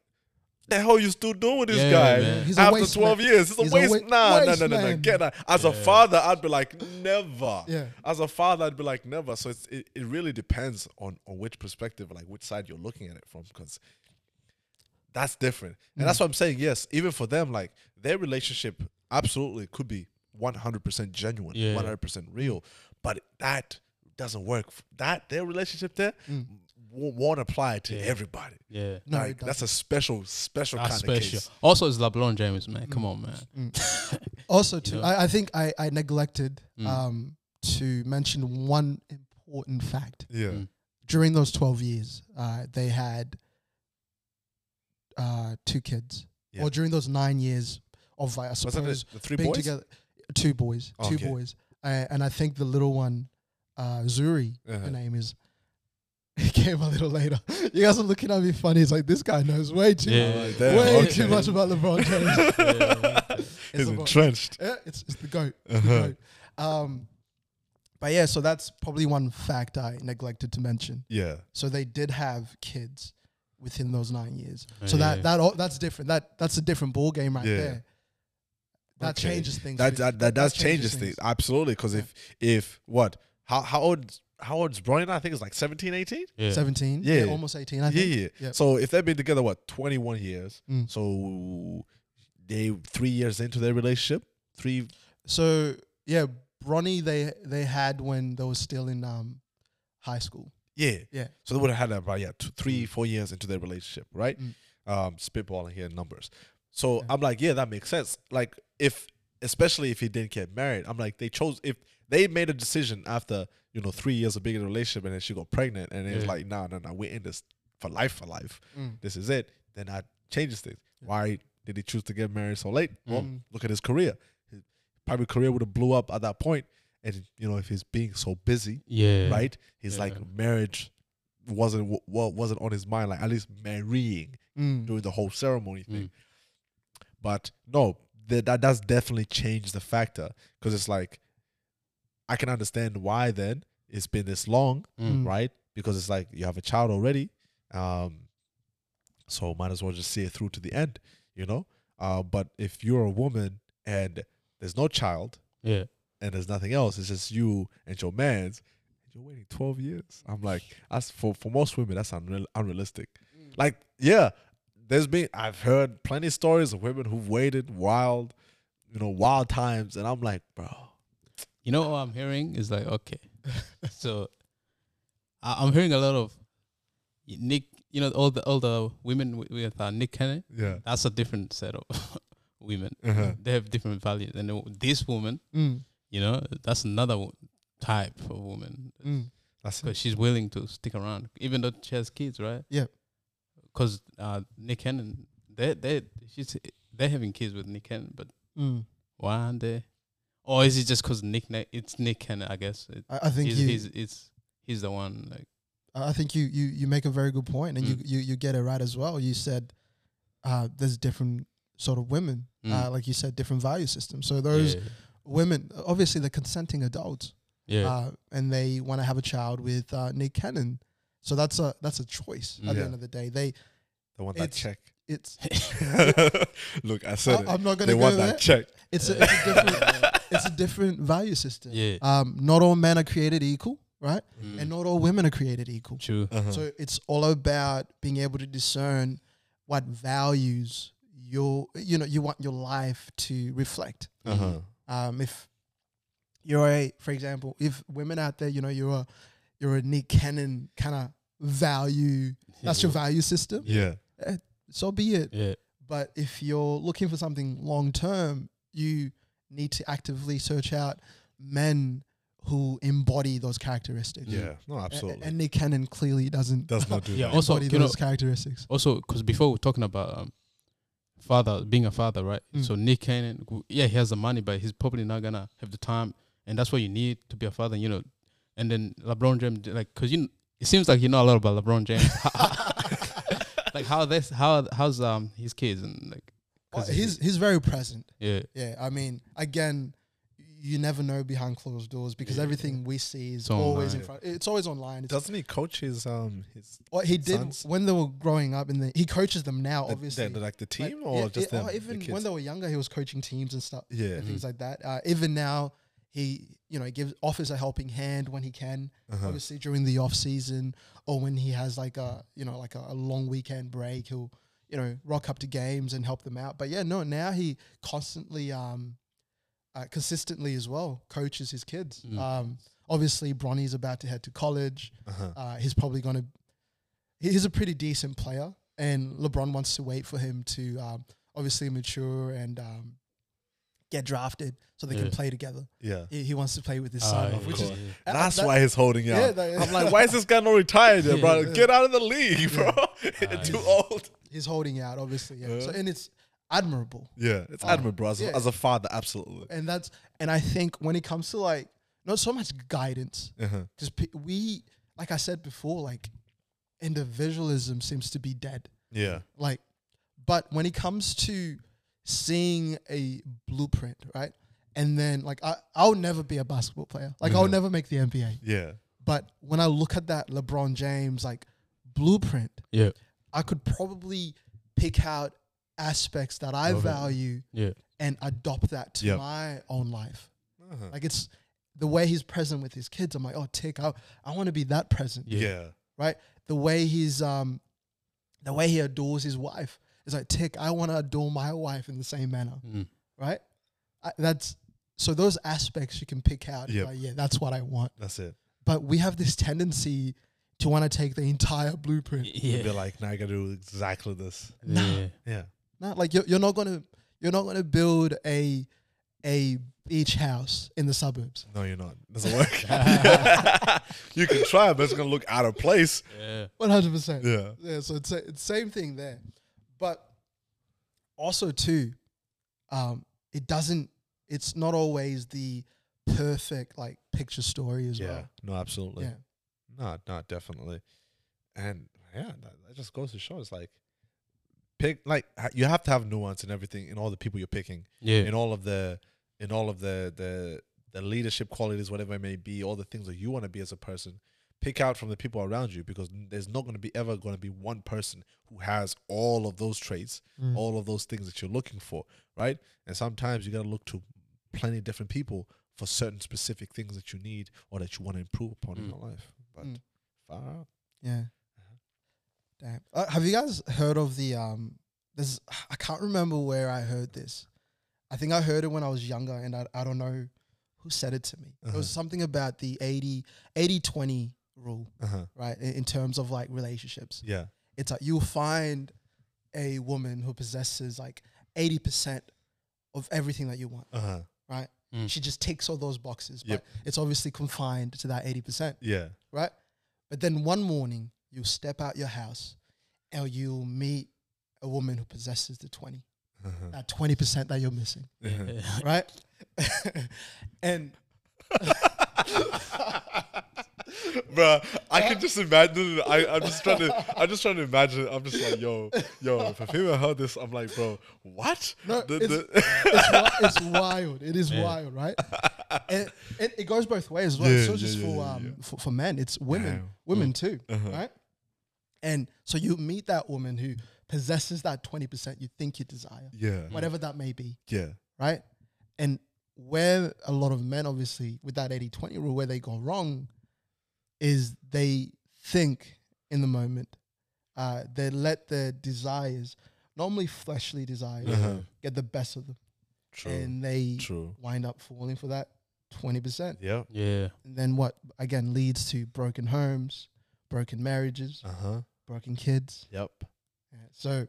Speaker 3: the hell you still doing with this
Speaker 2: Yeah,
Speaker 3: guy
Speaker 2: man.
Speaker 4: He's a
Speaker 3: after
Speaker 4: waste
Speaker 3: 12
Speaker 4: man.
Speaker 3: years? It's a
Speaker 4: He's a
Speaker 3: waste.
Speaker 4: wa-
Speaker 3: nah, nah,
Speaker 4: waste
Speaker 3: nah, nah, nah,
Speaker 4: man.
Speaker 3: get that. As a
Speaker 2: Yeah.
Speaker 3: father, I'd be like, never.
Speaker 4: Yeah.
Speaker 3: As a father, I'd be like, never. So it's, it it really depends on on which perspective, like which side you're looking at it from, because that's different. And
Speaker 4: Mm.
Speaker 3: that's what I'm saying. Yes, even for them, like their relationship absolutely could be 100% genuine,
Speaker 2: Yeah.
Speaker 3: 100% real, but that doesn't work. That their relationship there
Speaker 4: Mm.
Speaker 3: won't, won't apply to
Speaker 2: Yeah.
Speaker 3: everybody.
Speaker 2: Yeah.
Speaker 4: No,
Speaker 3: like
Speaker 4: it
Speaker 3: that's a special, special
Speaker 2: That's
Speaker 3: kind of Mm.
Speaker 2: special.
Speaker 3: case.
Speaker 2: Also, it's LeBron James, man. Come on, man.
Speaker 4: Also, too,
Speaker 2: know?
Speaker 4: I, I think I, I neglected
Speaker 2: Mm.
Speaker 4: um, to mention one important fact.
Speaker 3: Yeah,
Speaker 2: Mm.
Speaker 4: During those 12 years, uh, they had uh, two kids.
Speaker 3: Yeah.
Speaker 4: Or during those nine years of, I suppose,
Speaker 3: wasn't it the three
Speaker 4: being
Speaker 3: boys? Oh,
Speaker 4: together, two boys, two
Speaker 3: Okay.
Speaker 4: boys, uh, and I think the little one, uh, Zuri,
Speaker 3: Uh-huh.
Speaker 4: her name is. It came a little later. You guys are looking at me funny. It's like this guy knows way too,
Speaker 2: Yeah.
Speaker 3: Oh,
Speaker 2: yeah.
Speaker 3: damn,
Speaker 4: way
Speaker 3: okay.
Speaker 4: too much about LeBron James.
Speaker 2: Yeah.
Speaker 3: He's
Speaker 4: a boy.
Speaker 3: entrenched.
Speaker 4: Yeah, it's, it's the goat. It's
Speaker 3: Uh-huh.
Speaker 4: the goat. Um, but yeah, so that's probably one fact I neglected to mention.
Speaker 3: Yeah,
Speaker 4: So they did have kids within those nine years.
Speaker 2: Oh,
Speaker 4: So that
Speaker 2: yeah.
Speaker 4: that all, that's different. That that's a different ball game right
Speaker 3: Yeah.
Speaker 4: there. That
Speaker 3: Okay.
Speaker 4: changes things.
Speaker 3: that
Speaker 4: for-
Speaker 3: that that does changes things, absolutely. Because
Speaker 4: Yeah.
Speaker 3: if if what how how old how old's Brian? I think it's like 17, 18?
Speaker 2: Yeah.
Speaker 4: 17
Speaker 3: Yeah.
Speaker 4: almost 18 i
Speaker 3: yeah,
Speaker 4: think
Speaker 3: yeah.
Speaker 4: Yep.
Speaker 3: So if they've been together what twenty one years,
Speaker 4: Mm.
Speaker 3: so they three years into their relationship, three
Speaker 4: so yeah bronny they they had when they were still in um high school
Speaker 3: yeah
Speaker 4: Yeah.
Speaker 3: So they would have had about yeah two, three four years into their relationship, right?
Speaker 4: Mm.
Speaker 3: Um, spitballing here in numbers. So
Speaker 4: Yeah.
Speaker 3: I'm like, yeah, that makes sense. Like if especially if he didn't get married, I'm like they chose if they made a decision after you know three years of being in a relationship and then she got pregnant and it's
Speaker 2: Yeah.
Speaker 3: like no no no we're in this for life for life.
Speaker 4: Mm.
Speaker 3: This is it. Then that changes things. Why did he choose to get married so late? Well,
Speaker 4: Mm.
Speaker 3: look at his career. His probably career would have blew up at that point. And you know, if he's being so busy,
Speaker 2: Yeah.
Speaker 3: right? He's like
Speaker 2: Yeah.
Speaker 3: marriage wasn't wa- wa- wasn't on his mind. Like at least marrying
Speaker 4: Mm.
Speaker 3: during the whole ceremony thing.
Speaker 2: Mm.
Speaker 3: But no, that that does definitely change the factor because it's like I can understand why then it's been this long,
Speaker 2: Mm.
Speaker 4: Mm.
Speaker 3: right? Because it's like you have a child already, um, so might as well just see it through to the end, you know. Uh, but if you're a woman and there's no child
Speaker 2: Yeah.
Speaker 3: and there's nothing else, it's just you and your man's. and You're waiting 12 years. I'm like, that's for for most women, that's unreal, unrealistic.
Speaker 4: Mm.
Speaker 3: Like, yeah, there's been I've heard plenty of stories of women who've waited wild, you know, wild times, and I'm like, bro,
Speaker 2: You know what I'm hearing is like okay, so I, I'm hearing a lot of Nick. You know, all the all the women wi- with uh, Nick Cannon.
Speaker 3: yeah,
Speaker 2: That's a different set of women.
Speaker 3: Uh-huh.
Speaker 2: They have different values, and the- this woman,
Speaker 4: Mm.
Speaker 2: you know, that's another wo- type of woman
Speaker 4: Mm.
Speaker 3: that's
Speaker 2: because she's willing to stick around, even though she has kids, right?
Speaker 4: Yeah.
Speaker 2: Because uh, Nick Cannon, they they she's they're having kids with Nick Cannon, but
Speaker 4: Mm.
Speaker 2: one day, or is it just because Nick? Na- It's Nick Cannon, I guess. It,
Speaker 4: I, I think
Speaker 2: he's,
Speaker 4: you
Speaker 2: he's it's he's the one like
Speaker 4: I I think you you you make a very good point, and
Speaker 2: Mm.
Speaker 4: you, you you get it right as well. You said uh, there's different sort of women,
Speaker 2: Mm.
Speaker 4: uh, like you said, different value systems. So those women, obviously, they're consenting adults,
Speaker 2: yeah
Speaker 4: uh, and they want to have a child with uh, Nick Cannon. So that's a that's a choice.
Speaker 3: Yeah.
Speaker 4: At the end of the day, they
Speaker 3: they want that
Speaker 4: It's-
Speaker 3: check.
Speaker 4: it's
Speaker 3: Look, I said
Speaker 4: I,
Speaker 3: it.
Speaker 4: am not gonna
Speaker 3: They
Speaker 4: go
Speaker 3: want
Speaker 4: there.
Speaker 3: that check.
Speaker 4: It's a, it's a different it's a different value system.
Speaker 2: Yeah.
Speaker 4: Um, not all men are created equal, right?
Speaker 2: Mm.
Speaker 4: And not all women are created equal.
Speaker 2: true
Speaker 3: Uh-huh.
Speaker 4: So it's all about being able to discern what values your you know you want your life to reflect.
Speaker 3: uh-huh.
Speaker 4: Um, if you're a, for example, if women out there, you know, you're a you're a Nick Cannon kind of value. That's your value system.
Speaker 3: Yeah,
Speaker 4: So be it.
Speaker 2: yeah
Speaker 4: But if you're looking for something long term, you need to actively search out men who embody those characteristics.
Speaker 3: Yeah, no,
Speaker 4: A- a-
Speaker 3: absolutely.
Speaker 4: And Nick Cannon clearly doesn't
Speaker 3: Does not do
Speaker 2: Yeah,
Speaker 3: that.
Speaker 2: also,
Speaker 4: embody
Speaker 2: you know-
Speaker 4: those characteristics.
Speaker 2: Also, because before we are talking about um, father being a father, right?
Speaker 4: Mm.
Speaker 2: So Nick Cannon, w- yeah, he has the money, but he's probably not gonna have the time, and that's what you need to be a father, you know. And then LeBron James, d- like, cause you, kn- it seems like you know a lot about LeBron James, like how this, how how's um his kids and like,
Speaker 4: Well,
Speaker 2: 'cause he-
Speaker 4: he's he's very present.
Speaker 2: yeah,
Speaker 4: Yeah, I mean, again, you never know behind closed doors because
Speaker 2: Yeah.
Speaker 4: everything we see is
Speaker 2: It's
Speaker 4: always in
Speaker 2: online.
Speaker 4: front. It's always online. It's
Speaker 3: Doesn't he coach his um his
Speaker 4: what he did
Speaker 3: sons?
Speaker 4: when they were growing up, and then he coaches them now.
Speaker 3: the-
Speaker 4: Obviously,
Speaker 3: the- like the
Speaker 4: Like,
Speaker 3: team or
Speaker 4: yeah,
Speaker 3: just
Speaker 4: yeah,
Speaker 3: them,
Speaker 4: or
Speaker 3: the
Speaker 4: even
Speaker 3: kids?
Speaker 4: when they were younger, he was coaching teams and stuff,
Speaker 3: yeah. Mm-hmm.
Speaker 4: and things like that. Uh, even now, he you know he gives offers a helping hand when he can.
Speaker 3: Uh-huh.
Speaker 4: Obviously, during the off season or when he has like a you know like a, a long weekend break, he'll you know rock up to games and help them out. But yeah, no, now he constantly, um, uh, consistently as well coaches his kids.
Speaker 2: Mm.
Speaker 4: Um, obviously, Bronny's about to head to college.
Speaker 3: Uh-huh.
Speaker 4: Uh, he's probably going to. He's a pretty decent player, and LeBron wants to wait for him to um, obviously mature and um, get drafted so they can
Speaker 2: Yeah.
Speaker 4: play together.
Speaker 3: Yeah.
Speaker 4: He, he wants to play with his
Speaker 2: Ah,
Speaker 4: son,
Speaker 2: yeah,
Speaker 4: which
Speaker 2: yeah,
Speaker 4: is
Speaker 2: yeah.
Speaker 4: uh,
Speaker 3: That's
Speaker 4: that-
Speaker 3: why he's holding out.
Speaker 4: Yeah, that-
Speaker 3: I'm like, why is this guy not retired yet,
Speaker 2: Yeah,
Speaker 3: bro?
Speaker 4: yeah.
Speaker 3: Get out of the league, bro. You're too
Speaker 2: yeah.
Speaker 3: old.
Speaker 4: he's holding out, obviously. Yeah.
Speaker 3: Yeah.
Speaker 4: So and it's admirable,
Speaker 3: Yeah, it's
Speaker 4: Uh,
Speaker 3: admirable, bro. As, a-
Speaker 4: yeah.
Speaker 3: as a father, absolutely.
Speaker 4: and that's and I think when it comes to like not so much guidance
Speaker 3: Uh-huh.
Speaker 4: because pe- we like I said before, like individualism seems to be dead.
Speaker 3: Yeah.
Speaker 4: like but when it comes to seeing a blueprint right and then like I, i'll never be a basketball player like i'll
Speaker 3: Mhm.
Speaker 4: never make the nba
Speaker 3: Yeah.
Speaker 4: but when i look at that lebron james like blueprint
Speaker 2: yeah,
Speaker 4: i could probably pick out aspects that i
Speaker 2: Love it.
Speaker 4: value
Speaker 2: yeah,
Speaker 4: and adopt that to
Speaker 3: Yep.
Speaker 4: my own life
Speaker 3: Uh-huh.
Speaker 4: like it's the way he's present with his kids i'm like oh tick i, I want to be that present
Speaker 2: yeah,
Speaker 3: yeah.
Speaker 4: the way he's um the way he adores his wife is like tick i want to adore my wife in the same manner
Speaker 3: Hmm.
Speaker 2: Mm.
Speaker 4: right I, that's so those aspects you can pick out
Speaker 3: Yep.
Speaker 4: like, yeah that's what i want
Speaker 3: That's it.
Speaker 4: but we have this tendency to want to take the entire blueprint
Speaker 3: You'll
Speaker 2: yeah.
Speaker 3: be like, now I gotta do exactly this.
Speaker 2: yeah.
Speaker 3: Yeah.
Speaker 4: not like you're, you're not gonna you're not gonna build a a beach house in the suburbs
Speaker 3: No, you're not. Doesn't work. you can try, but it's gonna look out of place.
Speaker 2: yeah.
Speaker 4: 100%
Speaker 3: Yeah.
Speaker 4: Yeah, so it's, it's same thing there, but also too, um, it doesn't. It's not always the perfect like picture story as
Speaker 3: Yeah.
Speaker 4: well.
Speaker 3: No, absolutely.
Speaker 4: Yeah,
Speaker 3: No, no, definitely. And yeah, that, that just goes to show it's like pick like ha- you have to have nuance in everything in all the people you're picking
Speaker 2: yeah.
Speaker 3: in all of the in all of the the the leadership qualities whatever it may be all the things that you want to be as a person pick out from the people around you because n- there's not going to be ever going to be one person who has all of those traits
Speaker 4: Mm.
Speaker 3: all of those things that you're looking for right and sometimes you got to look to plenty of different people for certain specific things that you need or that you want to improve upon in
Speaker 2: Mm.
Speaker 3: your life but
Speaker 4: Mm.
Speaker 3: far out
Speaker 4: yeah. Damn. Uh, have you guys heard of the um? There's I can't remember where I heard this. I think I heard it when I was younger, and I, I don't know who said it to me. It
Speaker 3: Uh-huh.
Speaker 4: was something about the 80, 80 20 rule,
Speaker 3: uh-huh
Speaker 4: right? In, in terms of like relationships.
Speaker 3: yeah
Speaker 4: it's like you'll find a woman who possesses like 80% of everything that you want.
Speaker 3: uh-huh
Speaker 2: Mm.
Speaker 4: She just ticks all those boxes,
Speaker 3: Yep.
Speaker 4: but it's obviously confined to that 80%,
Speaker 3: yeah
Speaker 4: right? But then one morning, you'll step out your house and you'll meet a woman who possesses the 20,
Speaker 3: uh-huh.
Speaker 4: that 20% that you're missing,
Speaker 3: Uh-huh.
Speaker 2: Yeah.
Speaker 4: right? and
Speaker 3: Bruh, I
Speaker 4: Eh?
Speaker 3: can just imagine. I, I'm just trying to. I'm just trying to imagine. I'm just like, yo, yo. If a female heard this, I'm like, bro, what?
Speaker 4: No,
Speaker 3: The-
Speaker 4: it's-
Speaker 3: the-
Speaker 4: it's, wi- it's wild. It is
Speaker 2: Yeah.
Speaker 4: wild, right? And, and it goes both ways as well. it's
Speaker 3: Yeah,
Speaker 4: not
Speaker 3: yeah,
Speaker 4: just
Speaker 3: yeah,
Speaker 4: for,
Speaker 3: yeah,
Speaker 4: um,
Speaker 3: yeah.
Speaker 4: for for men. It's women,
Speaker 3: Yeah.
Speaker 4: women too,
Speaker 3: Uh-huh.
Speaker 4: right? And so you meet that woman who possesses that twenty percent you think you desire,
Speaker 3: yeah,
Speaker 4: whatever that may be,
Speaker 3: yeah,
Speaker 4: right? And where a lot of men, obviously, with that 80-20 rule, where they go wrong, is they think in the moment. Uh, they let their desires, normally fleshly desires,
Speaker 3: Uh-huh.
Speaker 4: get the best of them
Speaker 3: true,
Speaker 4: and they
Speaker 3: true.
Speaker 4: wind up falling for that 20%.
Speaker 3: Yeah.
Speaker 2: Yeah.
Speaker 4: And then what again leads to broken homes, broken marriages,
Speaker 3: Uh huh.
Speaker 4: broken kids.
Speaker 3: Yep.
Speaker 4: Yeah, So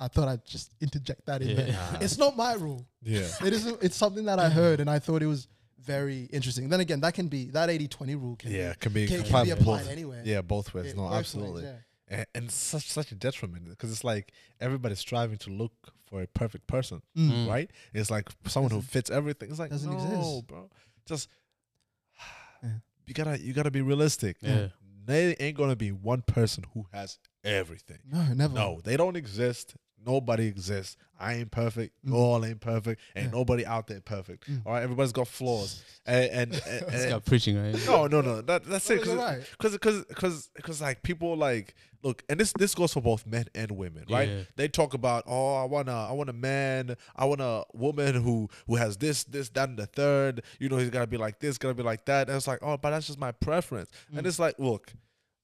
Speaker 4: I thought I'd just interject that in
Speaker 2: Yeah.
Speaker 4: there. It's not my rule.
Speaker 3: Yeah.
Speaker 4: It isn't it's something that I heard and I thought it was very interesting. Then again, that can be that 80-20 rule can
Speaker 3: yeah,
Speaker 4: be,
Speaker 3: can be,
Speaker 4: can, can
Speaker 3: applied
Speaker 4: be
Speaker 3: both-
Speaker 4: applied anywhere.
Speaker 3: Yeah, both ways.
Speaker 4: It-
Speaker 3: no,
Speaker 4: both ways,
Speaker 3: absolutely.
Speaker 4: yeah.
Speaker 3: and, and such such a detriment because it's like everybody's striving to look for a perfect person,
Speaker 2: Mm.
Speaker 3: right? It's like someone who
Speaker 4: Doesn't-
Speaker 3: fits everything. It's like
Speaker 4: doesn't
Speaker 3: no,
Speaker 4: exist.
Speaker 3: bro. Just
Speaker 4: Yeah.
Speaker 3: you gotta you gotta be realistic.
Speaker 2: Yeah.
Speaker 3: There ain't gonna be one person who has everything.
Speaker 4: No, never.
Speaker 3: No, they don't exist. Nobody exists. I ain't perfect. You
Speaker 4: Mm.
Speaker 3: all ain't perfect. Ain't
Speaker 4: Yeah.
Speaker 3: nobody out there perfect.
Speaker 4: Mm.
Speaker 3: All right, everybody's got flaws. And, and, and-
Speaker 2: This
Speaker 4: Eh.
Speaker 3: and-
Speaker 2: guy preaching, right?
Speaker 3: no, no, no. That, that's
Speaker 4: No,
Speaker 3: it.
Speaker 4: you're
Speaker 3: Cause,
Speaker 4: right.
Speaker 3: because because because because like people like look and this this goes for both men and women right
Speaker 2: Yeah.
Speaker 3: they talk about oh i want to i want a man i want a woman who who has this this that and the third you know he's gotta be like this gotta be like that and it's like oh but that's just my preference and it's like look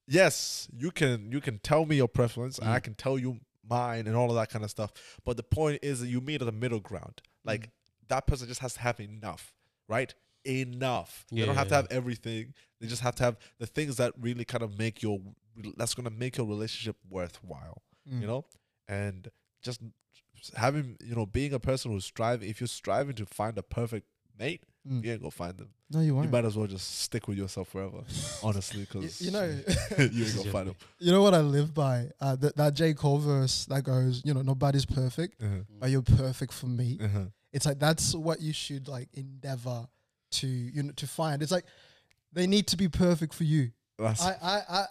Speaker 3: yes you can you can tell me your preference and i
Speaker 4: Mm.
Speaker 3: can tell you mine and all of that kind of stuff but the point is that you meet at the middle ground
Speaker 4: Mm.
Speaker 3: like that person just has to have enough right enough they don't have to
Speaker 2: Yeah.
Speaker 3: have everything they just have to have the things that really kind of make your that's gonna make your relationship worthwhile. You
Speaker 4: Mm.
Speaker 3: know, and just having you know being a person who's striving. If you're striving to find a perfect mate,
Speaker 4: Mm.
Speaker 3: you ain't gonna find them.
Speaker 4: No, you
Speaker 3: You
Speaker 4: won't.
Speaker 3: might as well just stick with yourself forever, honestly,
Speaker 4: You,
Speaker 3: because
Speaker 4: you know,
Speaker 3: you ain't
Speaker 2: This is
Speaker 3: gonna
Speaker 2: your
Speaker 3: find them.
Speaker 4: you know what I live by. Uh, that that J Cole verse that goes, you know, nobody's perfect,
Speaker 2: Mm.
Speaker 3: Uh-huh.
Speaker 4: but you're perfect for me.
Speaker 3: Uh-huh.
Speaker 4: It's like that's what you should like endeavor to you know to find. It's like they need to be perfect for you.
Speaker 3: That's
Speaker 4: I I, I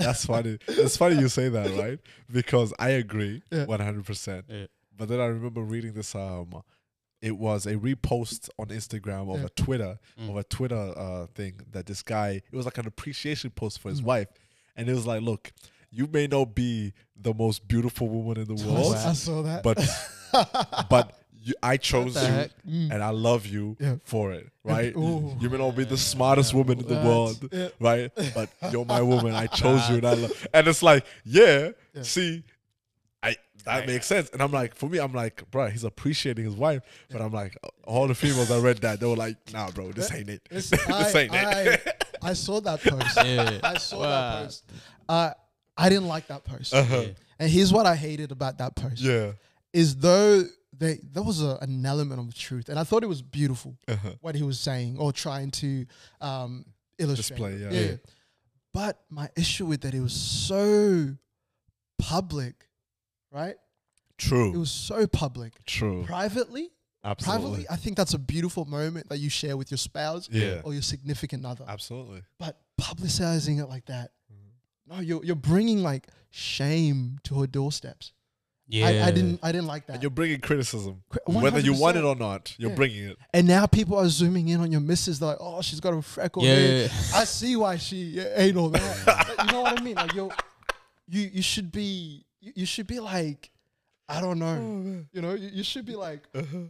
Speaker 3: that's funny. it's funny you say that, right? Because I agree,
Speaker 4: Yeah.
Speaker 3: one hundred percent.
Speaker 2: Yeah.
Speaker 3: But then I remember reading this. Um, it was a repost on Instagram of
Speaker 4: Yeah.
Speaker 3: a Twitter
Speaker 2: Mm.
Speaker 3: of a Twitter uh, thing that this guy. It was like an appreciation post for his
Speaker 4: Mm.
Speaker 3: wife, and it was like, "Look, you may not be the most beautiful woman in the world,
Speaker 4: I saw that.
Speaker 3: but but you, I chose
Speaker 2: the
Speaker 3: you,
Speaker 2: heck?
Speaker 4: Mm.
Speaker 3: and I love you
Speaker 4: Yeah.
Speaker 3: for it, right?
Speaker 4: ooh.
Speaker 3: You may not be the smartest woman in the
Speaker 4: That's-
Speaker 3: world,
Speaker 4: yeah.
Speaker 3: right? But you're my woman. I chose you, and I love. And it's like, yeah,
Speaker 4: Yeah.
Speaker 3: see, I that makes sense. And I'm like, for me, I'm like, bro, he's appreciating his wife, but I'm like, all the females that read that, they were like, nah, bro, this ain't it. this
Speaker 4: Listen, I,
Speaker 3: ain't it.
Speaker 4: I, I saw that post.
Speaker 2: Yeah.
Speaker 4: I saw
Speaker 2: Wow.
Speaker 4: that post. Uh, I didn't like that post.
Speaker 3: Uh-huh.
Speaker 4: And here's what I hated about that post
Speaker 3: Yeah,
Speaker 4: is though they there was a, an element of truth, and I thought it was beautiful
Speaker 3: Uh-huh.
Speaker 4: what he was saying or trying to um, illustrate.
Speaker 3: Display, yeah.
Speaker 2: Yeah.
Speaker 4: But my issue with that it was so public, right? It
Speaker 3: true,
Speaker 4: was so public.
Speaker 3: true,
Speaker 4: Privately,
Speaker 3: absolutely,
Speaker 4: privately, I think that's a beautiful moment that you share with your spouse
Speaker 3: Yeah.
Speaker 4: or your significant other.
Speaker 3: absolutely.
Speaker 4: but publicizing it like that,
Speaker 3: Mm-hmm.
Speaker 4: no, you're you're bringing like shame to her doorsteps.
Speaker 2: Yeah.
Speaker 4: I, I didn't I didn't like that.
Speaker 3: And
Speaker 4: And,
Speaker 3: you're bringing criticism,
Speaker 4: uh, Cri-
Speaker 3: whether you want it
Speaker 4: 100%.
Speaker 3: or not. You're
Speaker 4: Yeah.
Speaker 3: bringing it.
Speaker 4: now people are zooming in on your missus. They're like, oh, she's got a freckle.
Speaker 2: Yeah,
Speaker 4: here.
Speaker 2: yeah,
Speaker 3: Uh-huh.
Speaker 2: yeah.
Speaker 4: I see why she ain't all that. Like, you know what I mean? Like you, you you should be you, you should be like, I don't
Speaker 3: Oh, Mm.
Speaker 4: know. You know, you, you should be like
Speaker 3: Uh-huh.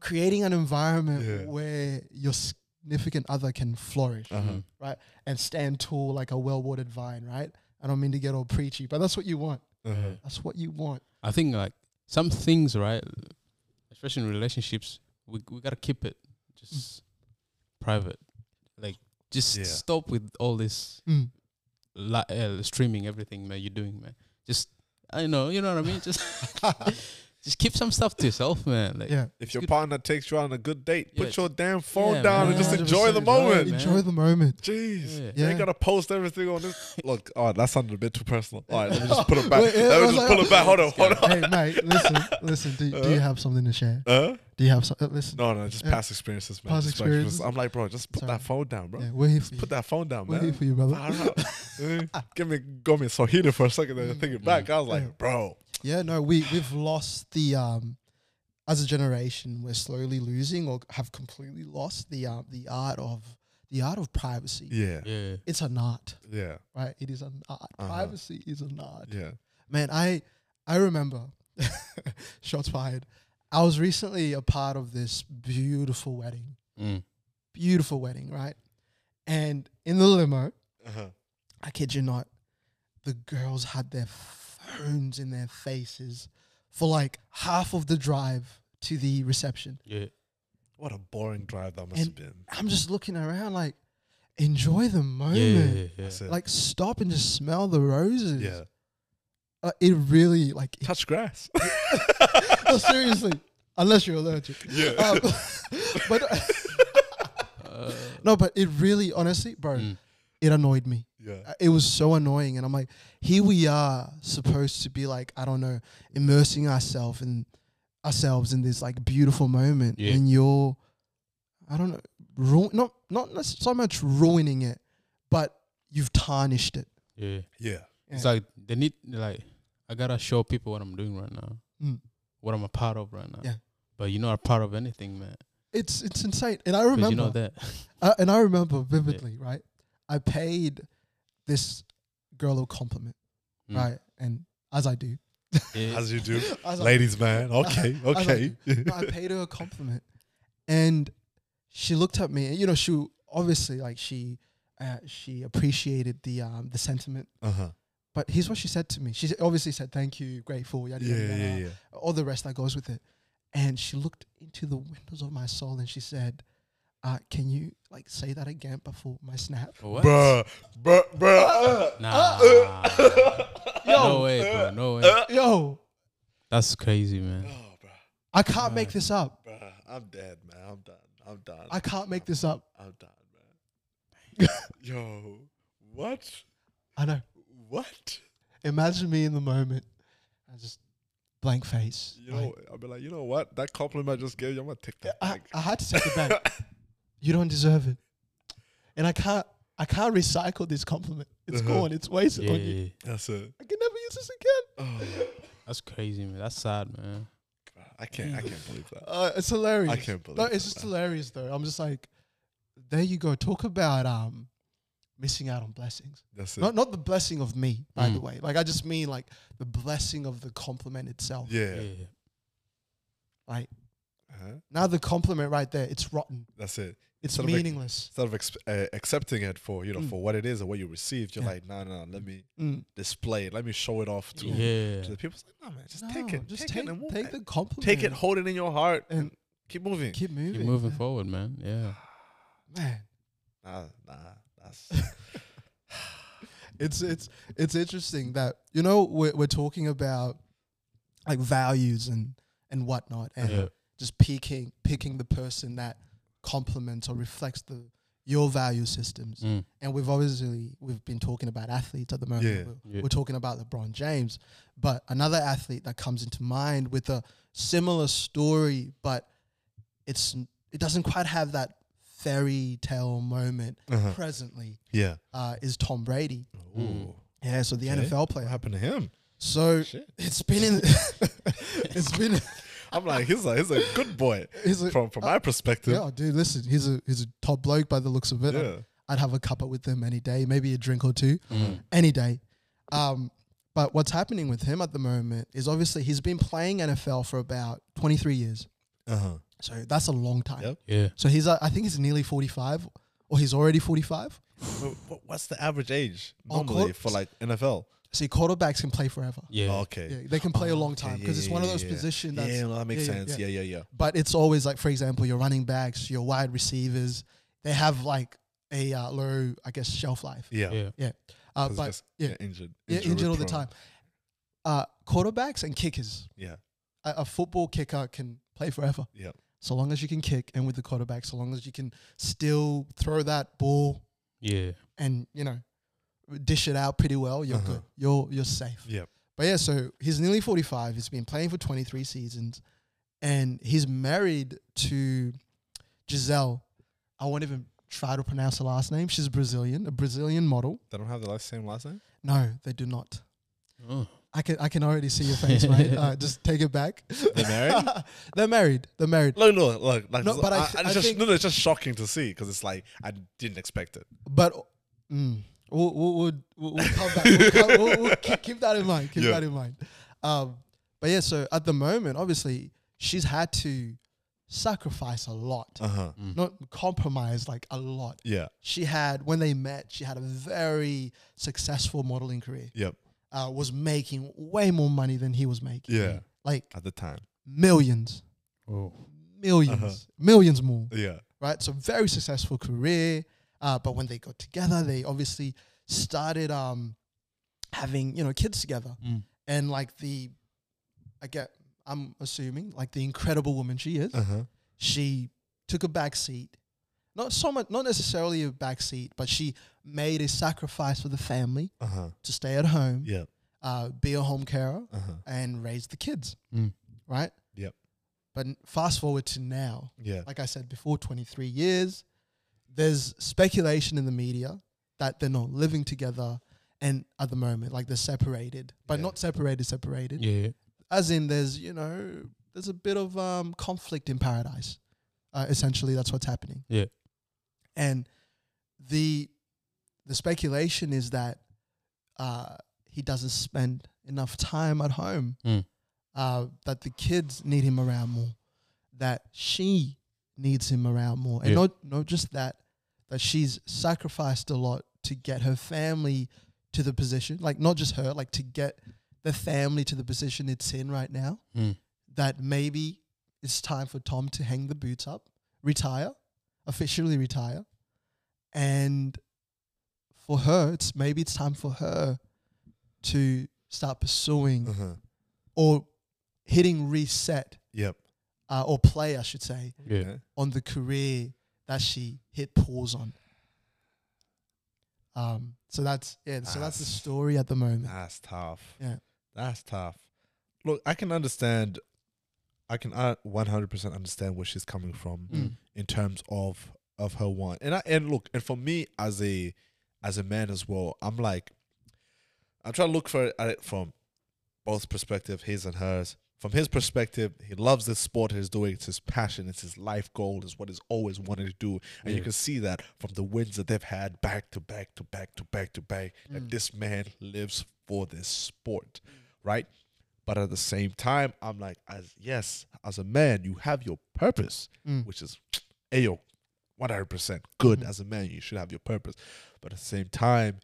Speaker 4: creating an environment
Speaker 3: Yeah. Uh-huh.
Speaker 4: where your significant other can flourish.
Speaker 2: Mhm.
Speaker 4: right? And stand tall like a well watered vine, right? I don't mean to get all preachy, but that's what you want.
Speaker 3: Uh-huh.
Speaker 4: That's what you want.
Speaker 2: I think like some things, right? Especially in relationships, we we gotta keep it just private. Like just
Speaker 3: Yeah.
Speaker 2: stop with all this
Speaker 4: Mm.
Speaker 2: li- uh, streaming everything man you're doing, man. Just I know, you know what I mean? Just just keep some stuff to yourself, man. Like
Speaker 4: Yeah.
Speaker 3: If your
Speaker 2: good.
Speaker 3: partner takes you on a good date,
Speaker 2: Yeah,
Speaker 3: put your damn phone
Speaker 2: yeah,
Speaker 3: down
Speaker 2: man.
Speaker 3: and just
Speaker 2: Yeah,
Speaker 3: enjoy the
Speaker 2: 100%
Speaker 3: moment.
Speaker 2: right.
Speaker 4: Enjoy
Speaker 2: man.
Speaker 4: the moment.
Speaker 3: Jeez,
Speaker 2: Yeah.
Speaker 3: you ain't
Speaker 4: Yeah.
Speaker 3: gotta post everything on this. Look, oh, that sounded a bit too personal. All right, let me just put it back.
Speaker 4: Wait, yeah,
Speaker 3: let
Speaker 4: I
Speaker 3: me
Speaker 4: was
Speaker 3: just
Speaker 4: like,
Speaker 3: pull it back. Hold on, hold on. Uh-huh.
Speaker 4: hey, mate, listen, listen. Do, do you have something to share?
Speaker 3: Huh?
Speaker 4: Do you have something? Listen,
Speaker 3: No, no, just
Speaker 4: Yeah.
Speaker 3: past experiences, man.
Speaker 4: Past
Speaker 3: Just past experiences.
Speaker 4: experiences.
Speaker 3: I'm like, bro, just put
Speaker 4: Sorry.
Speaker 3: that phone down, bro.
Speaker 4: yeah, we're here for you.
Speaker 3: Put that phone down,
Speaker 4: we're here
Speaker 3: man.
Speaker 4: for you, brother.
Speaker 3: All right. Eh, Give me, got me Sahina for a second. Then I think it back. I was
Speaker 4: Mm-hmm. Yeah.
Speaker 3: like, bro,
Speaker 4: Yeah, no, we we've lost the um, as a generation, we're slowly losing or have completely lost the um, the art of the art of privacy.
Speaker 3: yeah,
Speaker 2: Yeah.
Speaker 4: It's an art,
Speaker 3: yeah,
Speaker 4: right? It is an art.
Speaker 3: Uh-huh.
Speaker 4: Privacy is an art.
Speaker 3: yeah.
Speaker 4: Man, I I remember shots fired. I was recently a part of this beautiful wedding.
Speaker 2: Mm.
Speaker 4: Beautiful wedding, right? And in the limo,
Speaker 3: Uh-huh.
Speaker 4: I kid you not, the girls had their phones in their faces for like half of the drive to the reception.
Speaker 2: Yeah.
Speaker 3: What a boring drive that must have
Speaker 4: And-
Speaker 3: been.
Speaker 4: I'm just looking around like enjoy the
Speaker 2: Yeah.
Speaker 4: moment.
Speaker 2: Yeah. yeah.
Speaker 3: That's it.
Speaker 4: Like stop and just smell the roses.
Speaker 3: yeah,
Speaker 4: Uh, it really like
Speaker 3: touch grass.
Speaker 4: no, seriously. Unless you're allergic.
Speaker 3: yeah,
Speaker 4: Um, but No, but it really, honestly, bro,
Speaker 2: Uh, Mm.
Speaker 4: it annoyed me.
Speaker 3: Yeah.
Speaker 4: Uh, It was so annoying, and I'm like, here we are supposed to be like, I don't know, immersing ourselves in ourselves in this like beautiful moment,
Speaker 2: Yeah.
Speaker 4: and you're, I don't know, ruin not not nec- so much ruining it, but you've tarnished it.
Speaker 2: Yeah.
Speaker 3: Yeah.
Speaker 2: It's
Speaker 4: Yeah.
Speaker 2: like they need like I gotta show people what I'm doing right now,
Speaker 4: Mm.
Speaker 2: what I'm a part of right now.
Speaker 4: Yeah.
Speaker 2: But you're not a part of anything, man.
Speaker 4: It's it's insane, and I
Speaker 2: 'Cause
Speaker 4: remember
Speaker 2: you know that.
Speaker 4: Uh, and I remember vividly, right? I paid this girl a compliment,
Speaker 2: Mm.
Speaker 4: right? And as I do,
Speaker 2: Yeah.
Speaker 3: As you do.
Speaker 4: as
Speaker 3: Ladies, man. Okay.
Speaker 4: I like
Speaker 3: Okay.
Speaker 4: I, no, I paid her a compliment, and she looked at me, and you know, she obviously like she uh, she appreciated the um the sentiment.
Speaker 3: Uh huh.
Speaker 4: But here's what she said to me. She obviously said, "Thank you, grateful, yada
Speaker 3: Yeah.
Speaker 4: yada
Speaker 3: Yeah.
Speaker 4: yada."
Speaker 3: Yeah.
Speaker 4: all the rest that goes with it. And she looked into the windows of my soul and she said, uh, "Can you like say that again before my snap?"
Speaker 2: What?
Speaker 3: Bruh. Bruh. Uh. Bruh.
Speaker 2: Nah. no way, bro. No way.
Speaker 4: Yo,
Speaker 2: That's crazy, man.
Speaker 3: Oh, bruh.
Speaker 4: I can't make this up.
Speaker 3: Bruh. I'm dead, man. I'm done. I'm done.
Speaker 4: I can't make this up.
Speaker 3: I'm done, man. Yo. What?
Speaker 4: I know.
Speaker 3: What?
Speaker 4: Imagine me in the moment. I just blank face.
Speaker 3: You
Speaker 4: Like,
Speaker 3: know, I'll be like, you know what? That compliment I just gave you, I'm gonna take that.
Speaker 4: I,
Speaker 3: back.
Speaker 4: I had to take it back. you don't deserve it. And I can't I can't recycle this compliment. It's
Speaker 3: Uh-huh.
Speaker 4: gone. It's wasted
Speaker 2: Yeah,
Speaker 4: on you.
Speaker 2: Oh, yeah.
Speaker 3: That's it.
Speaker 4: I can never use this again.
Speaker 3: Oh,
Speaker 2: That's crazy, man. That's sad, man.
Speaker 3: I can't. I can't believe that.
Speaker 4: Uh, it's hilarious.
Speaker 3: I can't believe
Speaker 4: No, it's
Speaker 3: that,
Speaker 4: just
Speaker 3: man.
Speaker 4: hilarious though. I'm just like, there you go. Talk about um missing out on blessings.
Speaker 3: That's it.
Speaker 4: Not not the blessing of me, by the
Speaker 2: Mm.
Speaker 4: way. Like I just mean like the blessing of the compliment itself.
Speaker 3: yeah.
Speaker 2: Yeah.
Speaker 4: Like
Speaker 3: Uh-huh.
Speaker 4: now the compliment right there, it's rotten.
Speaker 3: That's it.
Speaker 4: It's
Speaker 3: Sort of like-
Speaker 4: meaningless.
Speaker 3: Instead of ex- uh, accepting it for you know
Speaker 4: Mm.
Speaker 3: for what it is or what you received, you're
Speaker 4: Yeah.
Speaker 3: like, no, no, no, let me
Speaker 4: Mm.
Speaker 3: display it. Let me show it off to,
Speaker 2: Yeah.
Speaker 3: to the people. It's like, no, man, just take
Speaker 4: No,
Speaker 3: it.
Speaker 4: Just
Speaker 3: take, it. And move
Speaker 4: take
Speaker 3: it.
Speaker 4: the compliment.
Speaker 3: take it. Hold it in your heart
Speaker 4: and
Speaker 3: keep moving.
Speaker 4: keep moving.
Speaker 2: Keep moving
Speaker 4: man.
Speaker 2: forward, man. Yeah.
Speaker 4: Man,
Speaker 3: Nah, nah. That's
Speaker 4: it's it's it's interesting that you know we're we're talking about like values and and whatnot and
Speaker 2: Yeah.
Speaker 4: just picking picking the person that complements or reflects the your value systems.
Speaker 2: Mm.
Speaker 4: And we've obviously we've been talking about athletes at the moment.
Speaker 3: Yeah.
Speaker 4: We're,
Speaker 2: Yeah.
Speaker 4: we're talking about LeBron James, but another athlete that comes into mind with a similar story, but it's n- it doesn't quite have that fairy tale moment
Speaker 3: Uh-huh.
Speaker 4: presently.
Speaker 3: yeah.
Speaker 4: Uh, is Tom Brady?
Speaker 3: Ooh,
Speaker 2: Mm.
Speaker 4: Yeah, so the
Speaker 3: Okay.
Speaker 4: NFL
Speaker 3: what
Speaker 4: player.
Speaker 3: happened to him?
Speaker 4: So
Speaker 3: Shit.
Speaker 4: it's been in. it's been.
Speaker 3: I'm like, he's a he's a good boy
Speaker 4: He's a,
Speaker 3: from from my perspective.
Speaker 4: yeah, dude. Listen, he's a he's a top bloke by the looks of it.
Speaker 3: Yeah.
Speaker 4: I'd have a cuppa with him any day, maybe a drink or two,
Speaker 2: Mm.
Speaker 4: any day. Um, but what's happening with him at the moment is obviously he's been playing NFL for about 23 years.
Speaker 3: Uh huh.
Speaker 4: So that's a long time.
Speaker 3: Yep.
Speaker 2: Yeah.
Speaker 4: So he's, uh, I think he's nearly 45 or he's already 45.
Speaker 3: Wha- wha- What's the average age
Speaker 4: Oh,
Speaker 3: normally
Speaker 4: cool.
Speaker 3: for like NFL?
Speaker 4: See, quarterbacks can play forever.
Speaker 2: Yeah.
Speaker 3: okay.
Speaker 4: Yeah, they can play a long
Speaker 3: Okay,
Speaker 4: time
Speaker 3: yeah,
Speaker 4: because it's
Speaker 3: yeah,
Speaker 4: one of
Speaker 3: yeah,
Speaker 4: those
Speaker 3: yeah.
Speaker 4: positions that's
Speaker 3: Yeah, no, that makes
Speaker 4: yeah,
Speaker 3: sense. Yeah,
Speaker 4: yeah.
Speaker 3: yeah, yeah.
Speaker 4: but it's always like for example your running backs your wide receivers they have like a uh, low i guess shelf life
Speaker 3: Yeah.
Speaker 2: Yeah.
Speaker 4: yeah uh,
Speaker 3: 'Cause it's
Speaker 4: but
Speaker 3: just,
Speaker 4: yeah.
Speaker 3: injured.
Speaker 4: yeah,
Speaker 3: injury
Speaker 4: injured all the
Speaker 3: prone.
Speaker 4: time uh, quarterbacks and kickers
Speaker 3: Yeah.
Speaker 4: a, a football kicker can play forever
Speaker 3: Yeah.
Speaker 4: so long as you can kick and with the quarterback so long as you can still throw that ball
Speaker 2: Yeah.
Speaker 4: and you know dish it out pretty well you're
Speaker 3: Uh-huh.
Speaker 4: good you're you're safe
Speaker 3: Yeah.
Speaker 4: but yeah, so he's nearly 45. He's been playing for 23 seasons and he's married to Giselle. I won't even try to pronounce her last name. She's Brazilian, a Brazilian model.
Speaker 3: They don't have the last, same last name.
Speaker 4: No, they do not.
Speaker 2: Oh.
Speaker 4: I can I can already see your face, mate. Uh, just take it back.
Speaker 3: They're married.
Speaker 4: They're married. They're married.
Speaker 3: no, no, look, like,
Speaker 4: No,
Speaker 3: this-
Speaker 4: but I
Speaker 3: I-
Speaker 4: th-
Speaker 3: I
Speaker 4: I
Speaker 3: just,
Speaker 4: think-
Speaker 3: no, no, it's just shocking to see because it's like I didn't expect it.
Speaker 4: But mm, we'll, we'll, we'll, we'll we'll come back. We'll, come, we'll, we'll keep, keep that in mind. Keep
Speaker 3: Yeah.
Speaker 4: that in mind. Um, but yeah, so at the moment, obviously, she's had to sacrifice a lot,
Speaker 3: Uh huh.
Speaker 4: not compromise like a lot.
Speaker 3: Yeah.
Speaker 4: She had when they met, she had a very successful modeling career.
Speaker 3: Yep.
Speaker 4: Uh, was making way more money than he was making.
Speaker 3: Yeah.
Speaker 4: like
Speaker 3: At the time.
Speaker 4: 1000000s
Speaker 2: Oh.
Speaker 4: 1000000s
Speaker 3: Uh-huh.
Speaker 4: millions more
Speaker 3: Yeah.
Speaker 4: right? So very successful career. Uh, but when they got together, they obviously started um, having you know kids together,
Speaker 2: Mm.
Speaker 4: and like the, I get, Uh-huh, I'm assuming like the incredible woman she is,
Speaker 3: Uh huh.
Speaker 4: she took a back seat not so much, not necessarily a backseat, but she made a sacrifice for the family
Speaker 3: Uh huh.
Speaker 4: to stay at home,
Speaker 3: Yeah.
Speaker 4: uh, be a home carer,
Speaker 3: Uh huh.
Speaker 4: and raise the kids,
Speaker 2: Mm.
Speaker 4: right?
Speaker 3: Yep.
Speaker 4: But n- fast forward to now,
Speaker 3: Yeah.
Speaker 4: like I said before, 23 years, there's speculation in the media that they're not living together and at the moment, like they're separated, but
Speaker 3: Yeah.
Speaker 4: not separated, separated.
Speaker 2: Yeah.
Speaker 4: As in, there's, you know, there's a bit of um, conflict in paradise. Uh, essentially, that's what's happening.
Speaker 2: Yeah.
Speaker 4: And the the speculation is that uh, he doesn't spend enough time at home,
Speaker 2: Mm.
Speaker 4: uh, that the kids need him around more, that she needs him around more, and
Speaker 2: Yeah.
Speaker 4: not not just that, that she's sacrificed a lot to get her family to the position, like not just her, like to get the family to the position it's in right now.
Speaker 2: Mm.
Speaker 4: That maybe it's time for Tom to hang the boots up, retire, officially retire, and for her, it's maybe it's time for her to start pursuing
Speaker 3: Uh huh.
Speaker 4: or hitting reset
Speaker 3: Yep.
Speaker 4: uh, or play, I should say,
Speaker 2: Yeah.
Speaker 3: Okay.
Speaker 4: on the career that she hit pause on. Um, so that's yeah. So that's the
Speaker 3: That's-
Speaker 4: story at the moment.
Speaker 3: That's tough.
Speaker 4: Yeah.
Speaker 3: That's tough. Look, I can understand. I can one hundred percent understand where she's coming from
Speaker 2: Mm.
Speaker 3: in terms of of her want, and I and look, and for me as a as a man as well, I'm like, I'm trying to look for at it from both perspective, his and hers. From his perspective, he loves this sport he's doing. It's his passion. It's his life goal. It's what he's always wanted to do. And you
Speaker 2: Yeah.
Speaker 3: can see that from the wins that they've had back to back to back to back to back.
Speaker 2: Mm.
Speaker 3: That this man lives for this sport, right? But at the same time, I'm like, as yes, as a man, you have your purpose,
Speaker 4: Mm.
Speaker 3: which is ayo, 100% good
Speaker 4: Mhm.
Speaker 3: as a man. You should have your purpose. But at the same time,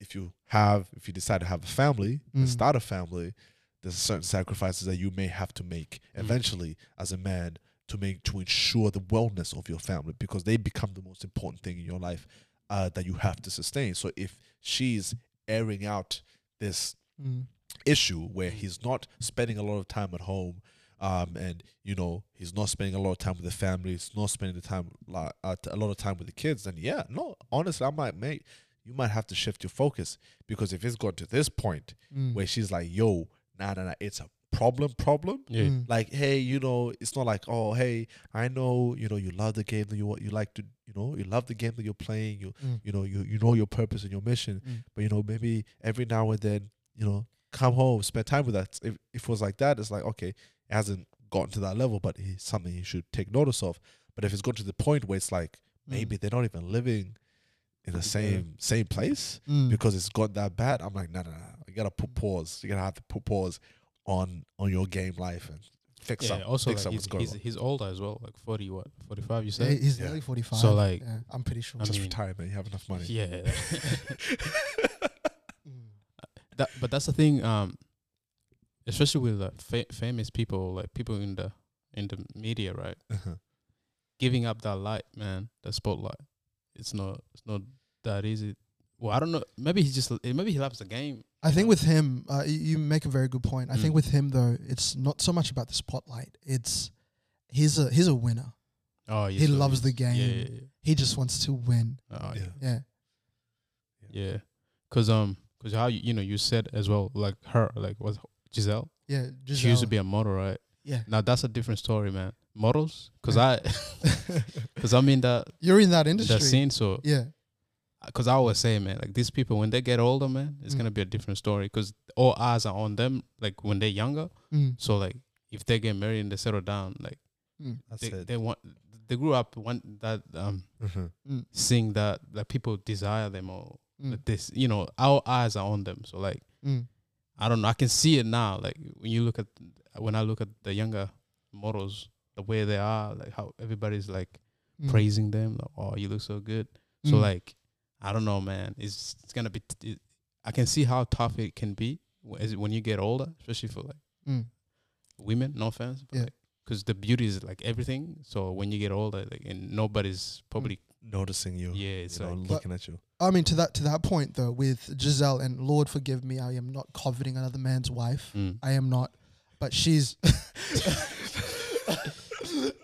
Speaker 3: if you have, if you decide to have a family and
Speaker 4: Mm.
Speaker 3: start a family, there's certain sacrifices that you may have to make
Speaker 4: Mm.
Speaker 3: eventually as a man to make to ensure the wellness of your family because they become the most important thing in your life uh, that you have to sustain. So if she's airing out this
Speaker 4: Mm.
Speaker 3: issue where he's not spending a lot of time at home um, and you know he's not spending a lot of time with the family he's not spending the time like uh, t- a lot of time with the kids then yeah no honestly i might mate you might have to shift your focus because if it's got to this point
Speaker 4: Mm.
Speaker 3: where she's like yo nah nah nah it's a problem problem
Speaker 2: Yeah.
Speaker 4: Mm.
Speaker 3: like hey you know it's not like oh hey i know you know you love the game that you you like to you know you love the game that you're playing you
Speaker 4: Mm.
Speaker 3: you know you you know your purpose and your mission
Speaker 4: Mm.
Speaker 3: but you know maybe every now and then you know come home spend time with us if, if it was like that it's like okay it hasn't gotten to that level but it's something you should take notice of but if it's gotten to the point where it's like
Speaker 2: Mm.
Speaker 3: maybe they're not even living in the same same place
Speaker 4: Mm.
Speaker 3: because it's got that bad. I'm like, no, no, no. You gotta put pause. You gotta have to put pause on on your game life and fix
Speaker 2: Yeah,
Speaker 3: up.
Speaker 2: also,
Speaker 3: fix
Speaker 2: like
Speaker 3: up
Speaker 2: he's,
Speaker 3: what's going
Speaker 2: he's,
Speaker 3: on.
Speaker 2: he's older as well, like 40, what, 45, you
Speaker 4: Yeah,
Speaker 2: said?
Speaker 4: he's
Speaker 3: Yeah.
Speaker 4: nearly forty-five.
Speaker 2: So, like,
Speaker 4: yeah, I'm pretty sure.
Speaker 2: I
Speaker 3: Just
Speaker 2: mean-
Speaker 3: retire, man. You have enough money.
Speaker 2: Yeah.
Speaker 4: Mm.
Speaker 2: that, but that's the thing, um, especially with like, fa- famous people, like people in the in the media, right?
Speaker 3: Uh-huh.
Speaker 2: Giving up that light, man, that spotlight. It's not it's not that easy. Well, I don't know. Maybe he's just eh, maybe he loves the game.
Speaker 4: I think with him, uh, y- you make a very good point. I
Speaker 2: Mm.
Speaker 4: think with him though, it's not so much about the spotlight. It's he's a he's a winner.
Speaker 2: Oh, yes,
Speaker 4: He
Speaker 2: so
Speaker 4: loves the
Speaker 2: he's- yeah,
Speaker 4: game.
Speaker 2: Yeah,
Speaker 4: He just wants to win.
Speaker 2: yeah. Oh,
Speaker 3: Yeah.
Speaker 2: yeah.
Speaker 4: Yeah.
Speaker 2: Yeah, because um, because how you, you know you said as well, like her, like was Giselle.
Speaker 4: Yeah.
Speaker 2: She used to
Speaker 4: Giselle.
Speaker 2: be a model, right?
Speaker 4: Yeah.
Speaker 2: Now that's a different story, man. Models, because I, because I'm in that
Speaker 4: You're in that
Speaker 2: that
Speaker 4: industry.
Speaker 2: scene. So,
Speaker 4: Yeah.
Speaker 2: because I always say, man, like these people when they get older, man, it's
Speaker 4: Mm.
Speaker 2: gonna be a different story. Because all eyes are on them, like when they're younger.
Speaker 4: Mm.
Speaker 2: So like if they get married and they settle down, like
Speaker 4: Mm.
Speaker 3: That's
Speaker 2: they,
Speaker 3: it.
Speaker 2: they want they grew up want that um
Speaker 3: Mhm.
Speaker 4: Mm.
Speaker 2: seeing that like people desire them or
Speaker 4: Mm.
Speaker 2: like this, you know, our eyes are on them. So like
Speaker 4: Mm.
Speaker 2: I don't know. I can see it now. Like when you look at when I look at the younger models, the way they are, like how everybody's like
Speaker 4: Mm.
Speaker 2: praising them. Like, oh, you look so good. So
Speaker 4: Mm.
Speaker 2: like, I don't know, man. It's it's gonna be. T- it, I can see how tough it can be wh- as when you get older, especially for like
Speaker 4: Mm.
Speaker 2: women. No offense,
Speaker 4: Yeah.
Speaker 2: because the beauty is like everything. So when you get older, like, and nobody's probably
Speaker 3: Noticing you.
Speaker 2: yeah, it's
Speaker 3: You know,
Speaker 2: like
Speaker 3: looking at you.
Speaker 4: I mean to that to that point though, with Giselle and Lord forgive me, I am not coveting another man's wife.
Speaker 2: mm,
Speaker 4: I am not. But she's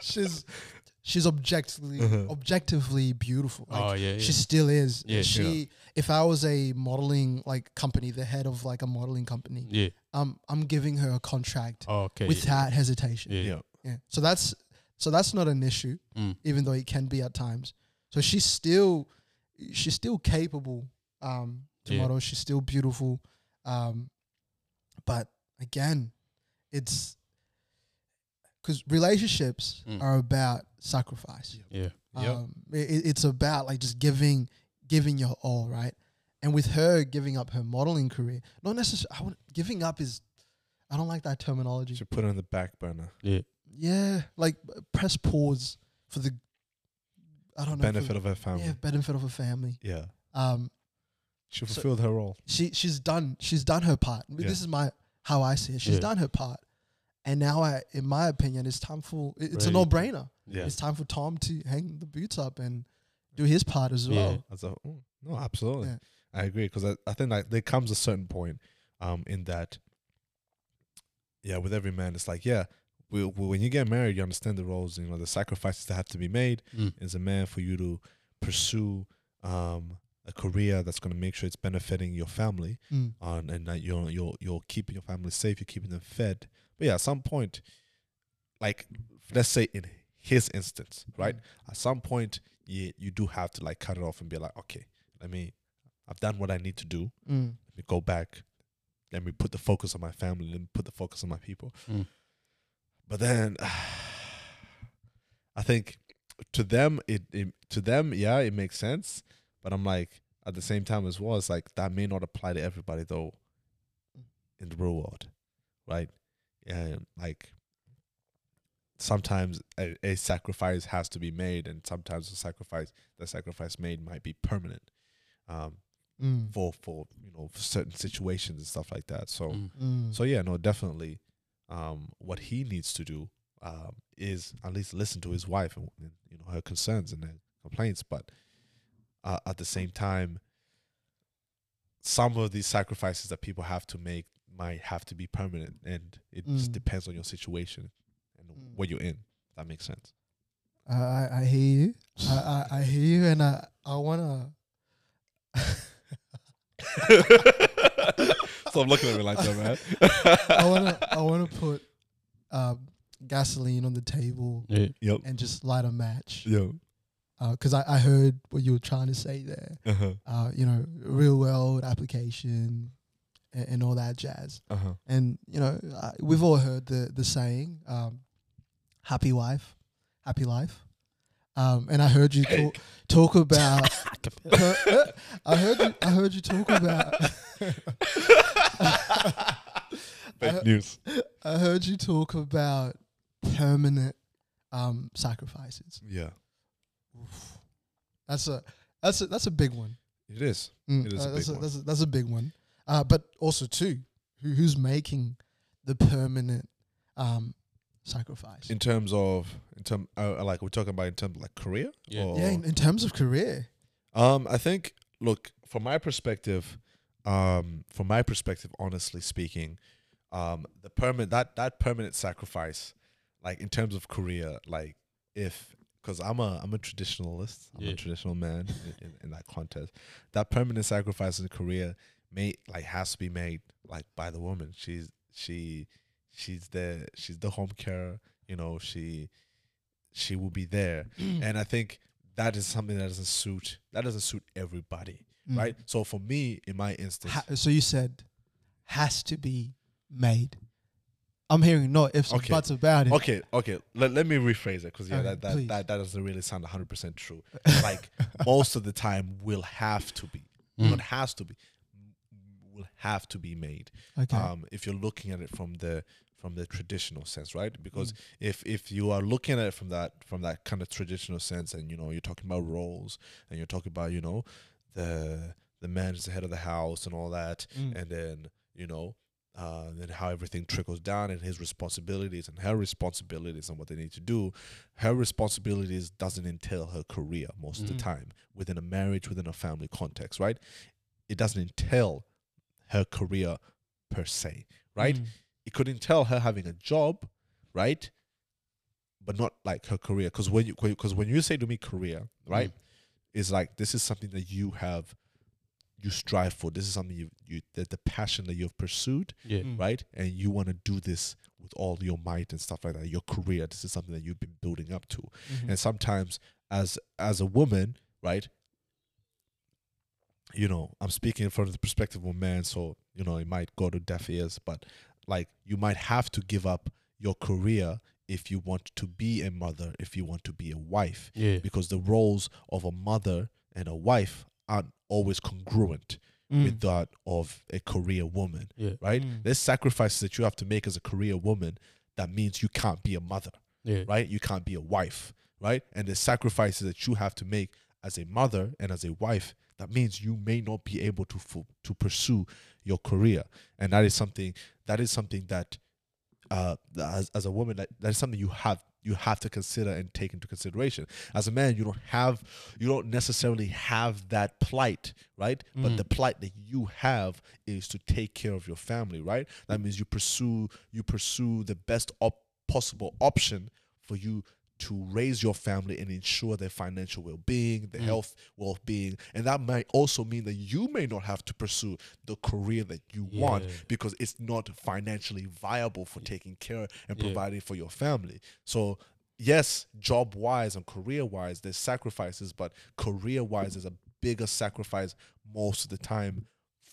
Speaker 4: she's she's objectively
Speaker 3: Uh-huh.
Speaker 4: objectively beautiful. Like,
Speaker 2: Mm-hmm. oh yeah, yeah.
Speaker 4: she still is.
Speaker 2: Yeah,
Speaker 4: she, if I was a modeling like company, the head of like a modeling company,
Speaker 2: yeah.
Speaker 4: um, I'm giving her a contract
Speaker 2: Oh, okay. yeah.
Speaker 4: without hesitation.
Speaker 2: yeah.
Speaker 3: yeah.
Speaker 4: Yeah. So that's so that's not an issue,
Speaker 2: Mm.
Speaker 4: even though it can be at times. So she's still she's still capable um to
Speaker 2: Yeah.
Speaker 4: model, she's still beautiful. Um but again, it's because relationships
Speaker 2: Mm.
Speaker 4: are about sacrifice.
Speaker 2: yeah.
Speaker 3: Yep.
Speaker 4: Um, i- i- it's about like just giving giving your all, right? And with her giving up her modeling career, not necessarily. I would, giving up is, I don't like that terminology.
Speaker 3: Should put it on the back burner.
Speaker 4: Yeah, like uh, press pause for the I don't know Oh, for the-
Speaker 3: Benefit of her family.
Speaker 4: yeah benefit of a family.
Speaker 3: Yeah.
Speaker 4: Um,
Speaker 3: She
Speaker 4: So-
Speaker 3: fulfilled her role.
Speaker 4: she she's done she's done her part. I mean,
Speaker 3: Yeah.
Speaker 4: This is my how I see it. She's
Speaker 2: Yeah.
Speaker 4: done her part, and now I, in my opinion, it's time for it- it's a no
Speaker 2: Right.
Speaker 4: brainer.
Speaker 2: Yeah.
Speaker 4: It's time for Tom to hang the boots up and do his part as well.
Speaker 2: Yeah.
Speaker 3: As a, mm, no, absolutely.
Speaker 4: Yeah.
Speaker 3: I agree because I, I think like there comes a certain point, um, in that. Yeah, with every man, it's like yeah, we, we, when you get married, you understand the roles, you know, the sacrifices that have to be made
Speaker 2: Mm.
Speaker 3: as a man for you to pursue um a career that's going to make sure it's benefiting your family
Speaker 4: Mm.
Speaker 3: on and that you're you're you're keeping your family safe, you're keeping them fed. But yeah, at some point, like let's say in his instance, right? At some point, you you do have to like cut it off and be like, okay, let me, I've done what I need to do.
Speaker 4: Mm.
Speaker 3: Let me go back. Let me put the focus on my family. Let me put the focus on my people.
Speaker 2: Mm.
Speaker 3: But then, I think to them it, it to them yeah it makes sense. But I'm like at the same time as well, it's like that may not apply to everybody though. In the real world, right? And like sometimes a, a sacrifice has to be made, and sometimes the sacrifice the sacrifice made might be permanent. Um,
Speaker 4: Mm.
Speaker 3: for for you know for certain situations and stuff like that. So
Speaker 2: Mm.
Speaker 4: Mm.
Speaker 3: so yeah, no, definitely. Um, what he needs to do um, is at least listen to his wife and, and you know her concerns and her complaints, but uh, at the same time, some of these sacrifices that people have to make might have to be permanent, and it just
Speaker 4: Mm.
Speaker 3: depends on your situation and
Speaker 4: Mm.
Speaker 3: what you're in. If that makes sense.
Speaker 4: I, I I hear you. I, I, I hear you, and I I wanna.
Speaker 3: so I'm looking at me like that, man.
Speaker 4: I wanna I wanna put um, gasoline on the table
Speaker 2: Yeah.
Speaker 3: Yep.
Speaker 4: and just light a match
Speaker 3: Yo.
Speaker 4: because I, I heard what you were trying to say there.
Speaker 3: Uh huh.
Speaker 4: Uh, you know, real world application and, and all that jazz.
Speaker 3: Uh huh.
Speaker 4: And you know, uh, we've all heard the the saying, um, "Happy wife, happy life." Um, and I heard you talk, talk about. I heard you, I heard you talk about.
Speaker 3: Fake news.
Speaker 4: I heard you talk about permanent um, sacrifices.
Speaker 3: Yeah,
Speaker 4: That's a that's a that's a big one.
Speaker 3: it is.
Speaker 4: Mm,
Speaker 3: It is
Speaker 4: uh,
Speaker 3: a
Speaker 4: that's,
Speaker 3: big
Speaker 4: a,
Speaker 3: one.
Speaker 4: that's a that's a big one. Uh, but also too, who, who's making the permanent um, sacrifice?
Speaker 3: In terms of, in term, uh, like we're talking about in terms of like career.
Speaker 2: Yeah.
Speaker 3: Or,
Speaker 4: yeah, in, in terms of career.
Speaker 3: Um, I think. Look, from my perspective, um, from my perspective, honestly speaking, um, the permanent that that permanent sacrifice, like in terms of career, like if because I'm a I'm a traditionalist, I'm
Speaker 2: Yeah.
Speaker 3: a traditional man in, in, in that context. That permanent sacrifice in career may like has to be made like by the woman. She's she she's the she's the home care. You know she she will be there, and I think that is something that doesn't suit that doesn't suit everybody,
Speaker 4: Mm.
Speaker 3: right? So for me, in my instance,
Speaker 4: Ha- so you said has to be made. I'm hearing no ifs and
Speaker 3: Okay.
Speaker 4: buts about it.
Speaker 3: Okay, okay. Let, let me rephrase it because yeah,
Speaker 4: Okay,
Speaker 3: that,
Speaker 4: please.
Speaker 3: that, that that doesn't really sound 100% true. Like most of the time will have to be.
Speaker 2: Mm.
Speaker 3: Not has to be. Will have to be made.
Speaker 4: Okay.
Speaker 3: Um if you're looking at it from the from the traditional sense, right? Because
Speaker 4: Mm.
Speaker 3: if if you are looking at it from that from that kind of traditional sense and you know, you're talking about roles and you're talking about, you know, the the man is the head of the house and all that
Speaker 4: Mm.
Speaker 3: and then you know uh, then how everything trickles down and his responsibilities and her responsibilities and what they need to do her responsibilities doesn't entail her career most of
Speaker 2: Mhm.
Speaker 3: the time within a marriage within a family context right it doesn't entail her career per se right
Speaker 4: Mm.
Speaker 3: it could entail her having a job right but not like her career. Because when you because when you say to me career, right, it's like this is something that you have, you strive for. This is something you you that the passion that you've pursued,
Speaker 2: Yeah.
Speaker 1: Mm.
Speaker 3: right? And you want to do this with all your might and stuff like that. Your career, this is something that you've been building up to.
Speaker 4: Mm. Hmm.
Speaker 3: And sometimes, as as a woman, right? You know, I'm speaking from the perspective of a man, so you know it might go to deaf ears, but like you might have to give up your career if you want to be a mother, if you want to be a wife,
Speaker 2: Yeah.
Speaker 3: because the roles of a mother and a wife aren't always congruent with that of a career woman,
Speaker 2: Yeah.
Speaker 3: right?
Speaker 1: Mm.
Speaker 3: There's sacrifices that you have to make as a career woman that means you can't be a mother,
Speaker 2: Yeah.
Speaker 3: right? You can't be a wife, right? And the sacrifices that you have to make as a mother and as a wife that means you may not be able to fu- to pursue your career, and that is something that is something that uh, that as, as a woman that, that is something you have you have to consider and take into consideration as a man you don't have you don't necessarily have that plight right but the plight that you have is to take care of your family right that means you pursue you pursue the best op- possible option for you to raise your family and ensure their financial well-being, their health well-being, and that might also mean that you may not have to pursue the career that you want
Speaker 2: Yeah.
Speaker 3: because it's not financially viable for taking care and
Speaker 2: Yeah.
Speaker 3: providing for your family. So yes, job wise and career wise, there's sacrifices, but career wise is a bigger sacrifice most of the time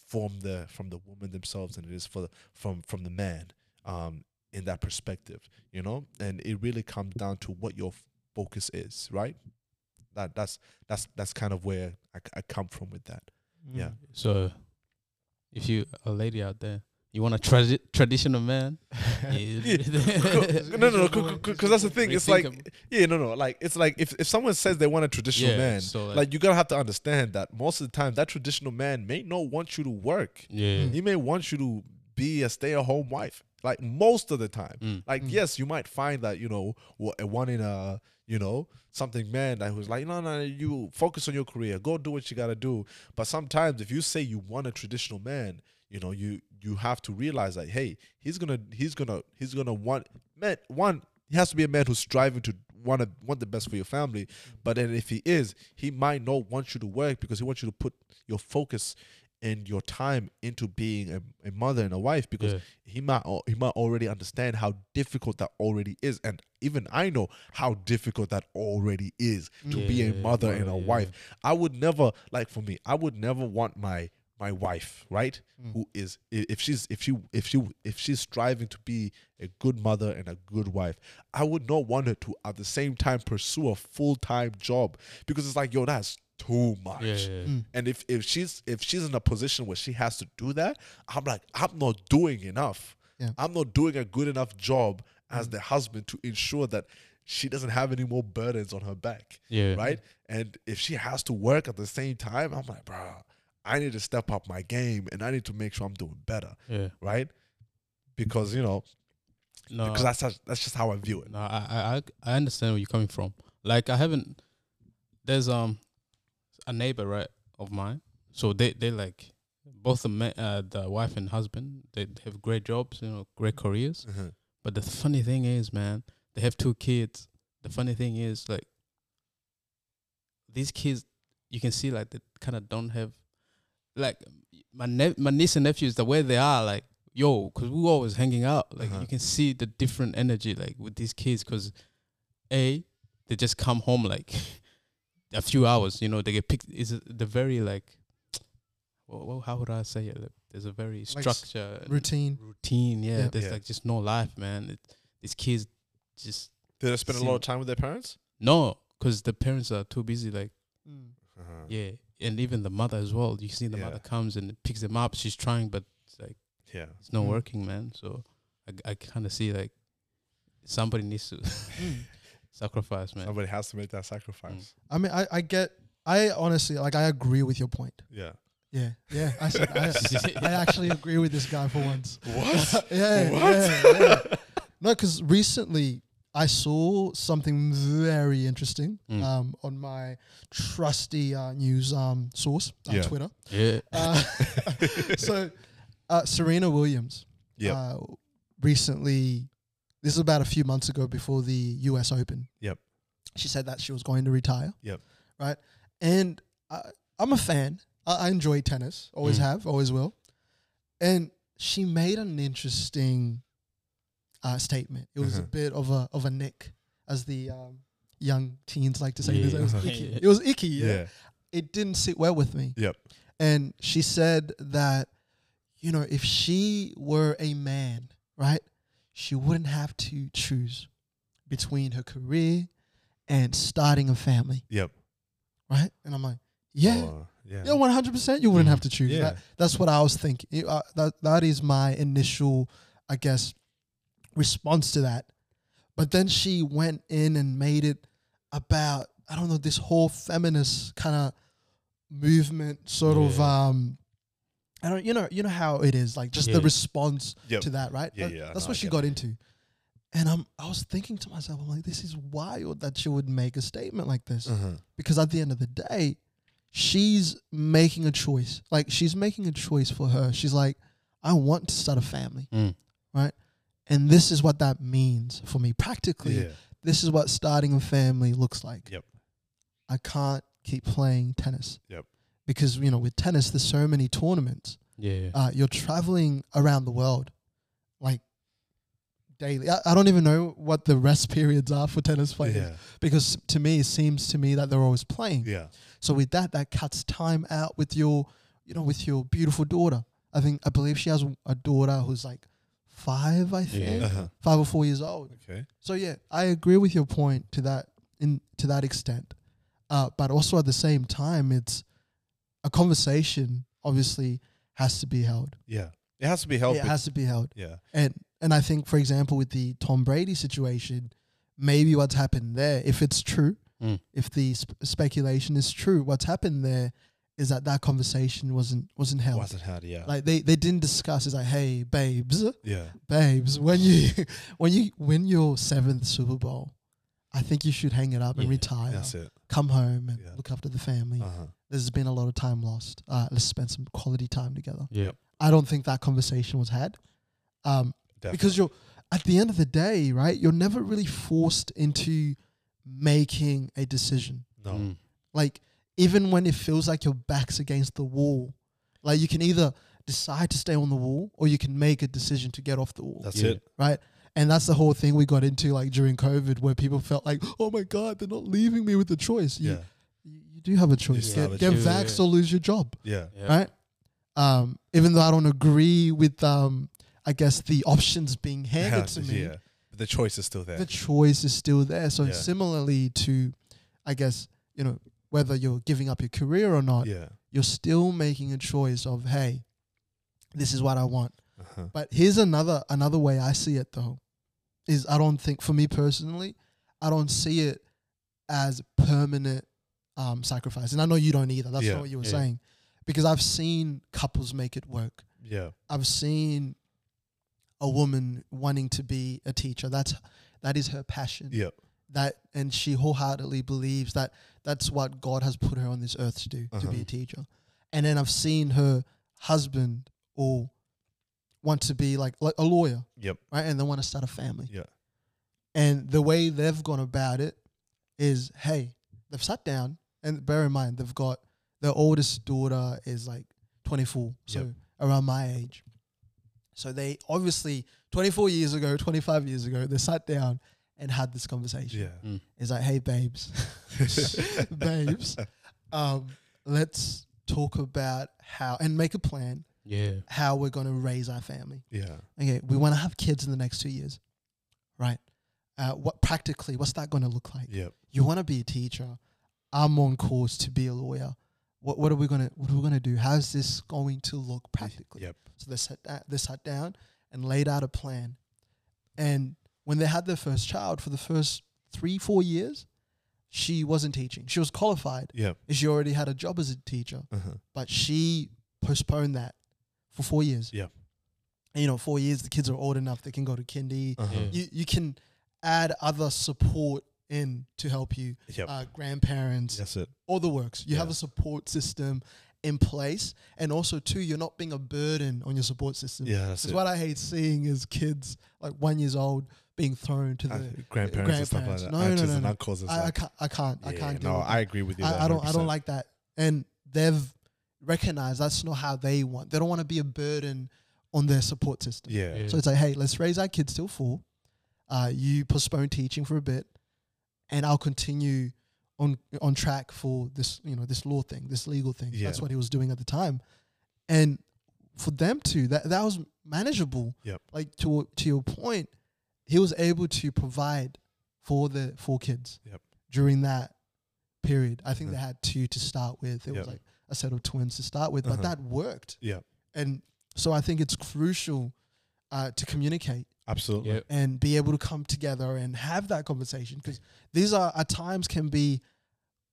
Speaker 3: from the from the woman themselves than it is for the, from from the man um, in that perspective, you know. And it really comes down to what your f- focus is, right? That that's that's that's kind of where I, c- I come from with that.
Speaker 4: Mm.
Speaker 3: Yeah.
Speaker 2: So, if you a lady out there, you want a tradi- traditional man.
Speaker 3: no, no, no, because that's the thing. It's
Speaker 2: Rethink
Speaker 3: like,
Speaker 2: 'em.
Speaker 3: yeah, no, no, like it's like if, if someone says they want a traditional
Speaker 2: Yeah,
Speaker 3: man,
Speaker 2: so, like-
Speaker 3: like, you gotta have to understand that most of the time that traditional man may not want you to work.
Speaker 2: yeah.
Speaker 3: He may want you to be a stay-at-home wife. Like most of the time,
Speaker 2: Mm.
Speaker 3: like yes, you might find that you know wha- a one in a you know something man that who's like no, no, no, you focus on your career, go do what you gotta do. But sometimes if you say you want a traditional man, you know you you have to realize that hey, he's gonna he's gonna he's gonna want man one he has to be a man who's striving to want to want the best for your family.
Speaker 2: Mm.
Speaker 3: But then if he is, he might not want you to work because he wants you to put your focus and your time into being a, a mother and a wife because
Speaker 2: Yeah.
Speaker 3: he might al- he might already understand how difficult that already is and even i know how difficult that already is to be a
Speaker 2: Yeah,
Speaker 3: mother and a
Speaker 2: yeah.
Speaker 3: wife i would never like for me i would never want my my wife right
Speaker 2: Mm.
Speaker 3: who is i- if she's if she if she if she's striving to be a good mother and a good wife i would not want her to at the same time pursue a full-time job because it's like yo that's too much
Speaker 2: Yeah, yeah, yeah.
Speaker 3: and if if she's if she's in a position where she has to do that, I'm like I'm not doing enough.
Speaker 4: Yeah. Mm-hmm.
Speaker 3: I'm not doing a good enough job as the husband to ensure that she doesn't have any more burdens on her back.
Speaker 2: Yeah.
Speaker 3: Right? And if she has to work at the same time, I'm like, bro, I need to step up my game and I need to make sure I'm doing better.
Speaker 2: yeah.
Speaker 3: Right? Because you know,
Speaker 2: No,
Speaker 3: because that's how, that's just how I view it.
Speaker 2: no, I, I, I I understand where you're coming from. Like, I haven't. There's um, a neighbor right of mine. So they they like both the ma- uh, the wife and husband. They have great jobs, you know, great careers.
Speaker 3: Mhm.
Speaker 2: But the funny thing is, man, they have two kids. The funny thing is, like, these kids, you can see, like, they kind of don't have, like, my ne- my niece and nephews, the way they are, like, yo, because we were always hanging out. Like,
Speaker 3: Uh-huh.
Speaker 2: you can see the different energy, like, with these kids, because A, they just come home, like, a few hours, you know, they get picked. Is the very, like, well, well, how would I say it? Like, there's a very
Speaker 4: Like s-
Speaker 2: structure. and-
Speaker 4: Routine.
Speaker 2: routine. Yeah,
Speaker 4: Yeah.
Speaker 2: there's
Speaker 3: Yeah.
Speaker 2: like just no life, man. It, these kids just
Speaker 3: Did they spend a lot of time with their parents?
Speaker 2: no, because the parents are too busy. Like
Speaker 4: Mm.
Speaker 3: Uh-huh.
Speaker 2: yeah, and even the mother as well. You see, the
Speaker 3: Yeah.
Speaker 2: mother comes and picks them up. She's trying, but it's like
Speaker 3: Yeah.
Speaker 2: it's not
Speaker 4: Mm.
Speaker 2: working, man. So I, I kind of see like somebody needs to sacrifice, man.
Speaker 3: Somebody has to make that sacrifice.
Speaker 4: I mean, I, I get. I honestly like. I agree with your point.
Speaker 3: Yeah.
Speaker 4: Yeah, yeah. I said, I, I actually agree with this guy for once.
Speaker 3: What?
Speaker 4: Yeah, yeah, yeah. No, because recently I saw something very interesting
Speaker 2: Mm.
Speaker 4: um, on my trusty uh, news um, source, uh,
Speaker 3: Yeah.
Speaker 4: Twitter.
Speaker 2: Yeah,
Speaker 4: Uh, so, uh, Serena Williams
Speaker 3: Yep.
Speaker 4: uh, recently This is about a few months ago before the U.S. Open.
Speaker 3: Yep.
Speaker 4: She said that she was going to retire.
Speaker 3: Yep.
Speaker 4: Right. And I, I'm a fan. I, I enjoy tennis. Always
Speaker 2: Mm.
Speaker 4: have. Always will. And she made an interesting uh, statement. It was a
Speaker 3: Uh-huh.
Speaker 4: bit of a of a nick, as the um, young teens like to say. This.
Speaker 2: Yeah.
Speaker 4: It was
Speaker 3: Uh-huh.
Speaker 4: icky. It was icky.
Speaker 3: Yeah.
Speaker 4: Yeah. It didn't sit well with me.
Speaker 3: Yep.
Speaker 4: And she said that, you know, if she were a man, right, she wouldn't have to choose between her career and starting a family,
Speaker 3: Yep.
Speaker 4: right? And I'm like, yeah,
Speaker 3: Or- yeah.
Speaker 4: yeah, 100%. You wouldn't have to choose.
Speaker 3: Oh, Yeah.
Speaker 4: That, that's what I was thinking. It- uh, that that is my initial, I guess, response to that. But then she went in and made it about I don't know this whole feminist kind of movement, sort of.
Speaker 3: Yeah.
Speaker 4: um I don't, you know, you know how it is, like just the
Speaker 2: Yeah.
Speaker 4: response
Speaker 3: Yep.
Speaker 4: to that, right?
Speaker 3: Yeah,
Speaker 4: That-
Speaker 3: yeah,
Speaker 4: that's
Speaker 3: no, I
Speaker 4: what she
Speaker 3: get
Speaker 4: got
Speaker 3: it.
Speaker 4: into. And I'm, I was thinking to myself, I'm like, this is wild that she would make a statement like this
Speaker 3: Uh-huh.
Speaker 4: because at the end of the day, she's making a choice. Like she's making a choice for her. She's like, I want to start a family,
Speaker 2: Mm.
Speaker 4: right? And this is what that means for me practically.
Speaker 3: Yeah.
Speaker 4: This is what starting a family looks like.
Speaker 3: Yep.
Speaker 4: I can't keep playing tennis.
Speaker 3: Yep.
Speaker 4: Because you know, with tennis, there's so many tournaments.
Speaker 2: Yeah, yeah.
Speaker 4: Uh, you're traveling around the world, like daily. I, I don't even know what the rest periods are for tennis players
Speaker 3: Yeah.
Speaker 4: because to me, it seems to me that they're always playing.
Speaker 3: Yeah.
Speaker 4: So with that, that cuts time out with your, you know, with your beautiful daughter. I think I believe she has a daughter who's like five, I think,
Speaker 2: Yeah.
Speaker 3: Uh-huh.
Speaker 4: five or four years old.
Speaker 3: Okay.
Speaker 4: So yeah, I agree with your point to that in to that extent, uh, but also at the same time, it's a conversation. Obviously, has to be held.
Speaker 3: Yeah. It has to be helping.
Speaker 4: It has to be held.
Speaker 3: yeah.
Speaker 4: And and I think, for example, with the Tom Brady situation, maybe what's happened there, if it's true,
Speaker 2: Mm.
Speaker 4: if the sp- speculation is true, what's happened there is that that conversation wasn't wasn't held.
Speaker 3: Wasn't had. Yeah.
Speaker 4: Like they, they didn't discuss. It's like, hey, babes,
Speaker 3: yeah.
Speaker 4: babes, when you when you win your seventh Super Bowl, I think you should hang it up and
Speaker 2: Yeah,
Speaker 4: retire,
Speaker 3: That's it.
Speaker 4: come home and
Speaker 3: Yeah.
Speaker 4: look after the family.
Speaker 3: Uh-huh.
Speaker 4: There's been a lot of time lost. Uh, let's spend some quality time together.
Speaker 2: yeah.
Speaker 4: I don't think that conversation was had. Um,
Speaker 3: Definitely.
Speaker 4: because you're at the end of the day, right? You're never really forced into making a decision.
Speaker 3: no.
Speaker 2: Mm.
Speaker 4: Like even when it feels like your back's against the wall, like you can either decide to stay on the wall or you can make a decision to get off the wall,
Speaker 3: That's
Speaker 2: Yeah.
Speaker 3: it.
Speaker 4: right? And that's the whole thing we got into like during COVID, where people felt like, "Oh my God, they're not leaving me with a choice." You,
Speaker 3: Yeah.
Speaker 4: you do have a choice.
Speaker 3: still
Speaker 4: Get,
Speaker 3: have a
Speaker 4: get
Speaker 2: choice.
Speaker 4: vaxxed or lose your job
Speaker 3: Yeah.
Speaker 2: Yeah.
Speaker 4: right? Um, even though I don't agree with, um, I guess the options being handed to me,
Speaker 3: Yeah. But the choice is still there.
Speaker 4: the choice is still there. So
Speaker 3: Yeah.
Speaker 4: similarly to, I guess you know whether you're giving up your career or not,
Speaker 3: yeah.
Speaker 4: you're still making a choice of hey, this is what I want.
Speaker 3: Uh-huh.
Speaker 4: But here's another another way I see it though, is I don't think for me personally, I don't see it as permanent um, sacrifice, and I know you don't either. That's
Speaker 3: Yeah,
Speaker 4: not what you were
Speaker 2: yeah.
Speaker 4: saying, because I've seen couples make it work.
Speaker 3: Yeah.
Speaker 4: I've seen a woman wanting to be a teacher. That's that is her passion.
Speaker 3: Yeah.
Speaker 4: That and she wholeheartedly believes that that's what God has put her on this earth to do, to be
Speaker 3: Uh-huh.
Speaker 4: a teacher. And then I've seen her husband or want to be like, like a lawyer,
Speaker 3: Yep.
Speaker 4: right? And they want to start a family.
Speaker 3: Yeah.
Speaker 4: And the way they've gone about it is, hey, they've sat down and bear in mind they've got their oldest daughter is like 24, so
Speaker 3: Yep.
Speaker 4: around my age. So they obviously 24 years ago, 25 years ago, they sat down and had this conversation.
Speaker 3: Yeah.
Speaker 4: It's like, hey, babes, babes, um, let's talk about how and make a plan
Speaker 2: Yeah.
Speaker 4: how we're going to raise our family.
Speaker 3: Yeah.
Speaker 4: Okay, we want to have kids in the next two years, right? Uh, what practically, what's that going to look like?
Speaker 3: Yep.
Speaker 4: You want to be a teacher. I'm on course to be a lawyer. What what are we gonna what are we gonna do? How's this going to look practically?
Speaker 3: Yep.
Speaker 4: So they sat da- they sat down and laid out a plan. And when they had their first child, for the first three four years, she wasn't teaching. She was qualified.
Speaker 3: Yep.
Speaker 4: She already had a job as a teacher,
Speaker 3: Uh-huh.
Speaker 4: but she postponed that for four years.
Speaker 3: Yep.
Speaker 4: And you know, four years the kids are old enough they can go to kindy.
Speaker 3: Uh-huh.
Speaker 2: Yeah.
Speaker 4: You you can add other support in to help you
Speaker 3: Yep.
Speaker 4: uh, grandparents,
Speaker 3: That's it.
Speaker 4: all the works. You have
Speaker 3: Yeah.
Speaker 4: a support system, in place, and also two, you're not being a burden on your support system.
Speaker 3: Yeah, that's
Speaker 4: Because
Speaker 3: it.
Speaker 4: what I hate seeing is kids like one years old being thrown to
Speaker 3: Uh,
Speaker 4: the.
Speaker 3: grandparents and stuff like
Speaker 4: grandparents.
Speaker 3: that.
Speaker 4: No, no,
Speaker 3: Aunties
Speaker 4: no,
Speaker 3: and
Speaker 4: no.
Speaker 3: uncles and
Speaker 4: I,
Speaker 3: stuff.
Speaker 4: I can't. I can't. I
Speaker 3: Yeah,
Speaker 4: can't. deal
Speaker 3: No,
Speaker 4: with that.
Speaker 3: I agree with you. There,
Speaker 4: I, I don't. I
Speaker 3: 100%.
Speaker 4: don't like that. And they've recognized that's not how they want. They don't want to be a burden on their support system.
Speaker 3: Yeah.
Speaker 2: Yeah.
Speaker 4: So it's like, hey, let's raise our kids till four. Uh, you postpone teaching for a bit, and I'll continue on on track for this, you know, this law thing, this legal thing.
Speaker 3: Yeah.
Speaker 4: That's what he was doing at the time, and for them to that that was manageable.
Speaker 3: Yep.
Speaker 4: Like to to your point, he was able to provide for the four kids
Speaker 3: Yep.
Speaker 4: during that period. I think
Speaker 3: Mhm.
Speaker 4: they had two to start with. It
Speaker 3: Yep.
Speaker 4: was like a set of twins to start with,
Speaker 3: Uh-huh.
Speaker 4: but that worked.
Speaker 3: Yeah.
Speaker 4: And so I think it's crucial uh, to communicate
Speaker 3: Absolutely.
Speaker 2: Yeah.
Speaker 4: and be able to come together and have that conversation because these are at times can be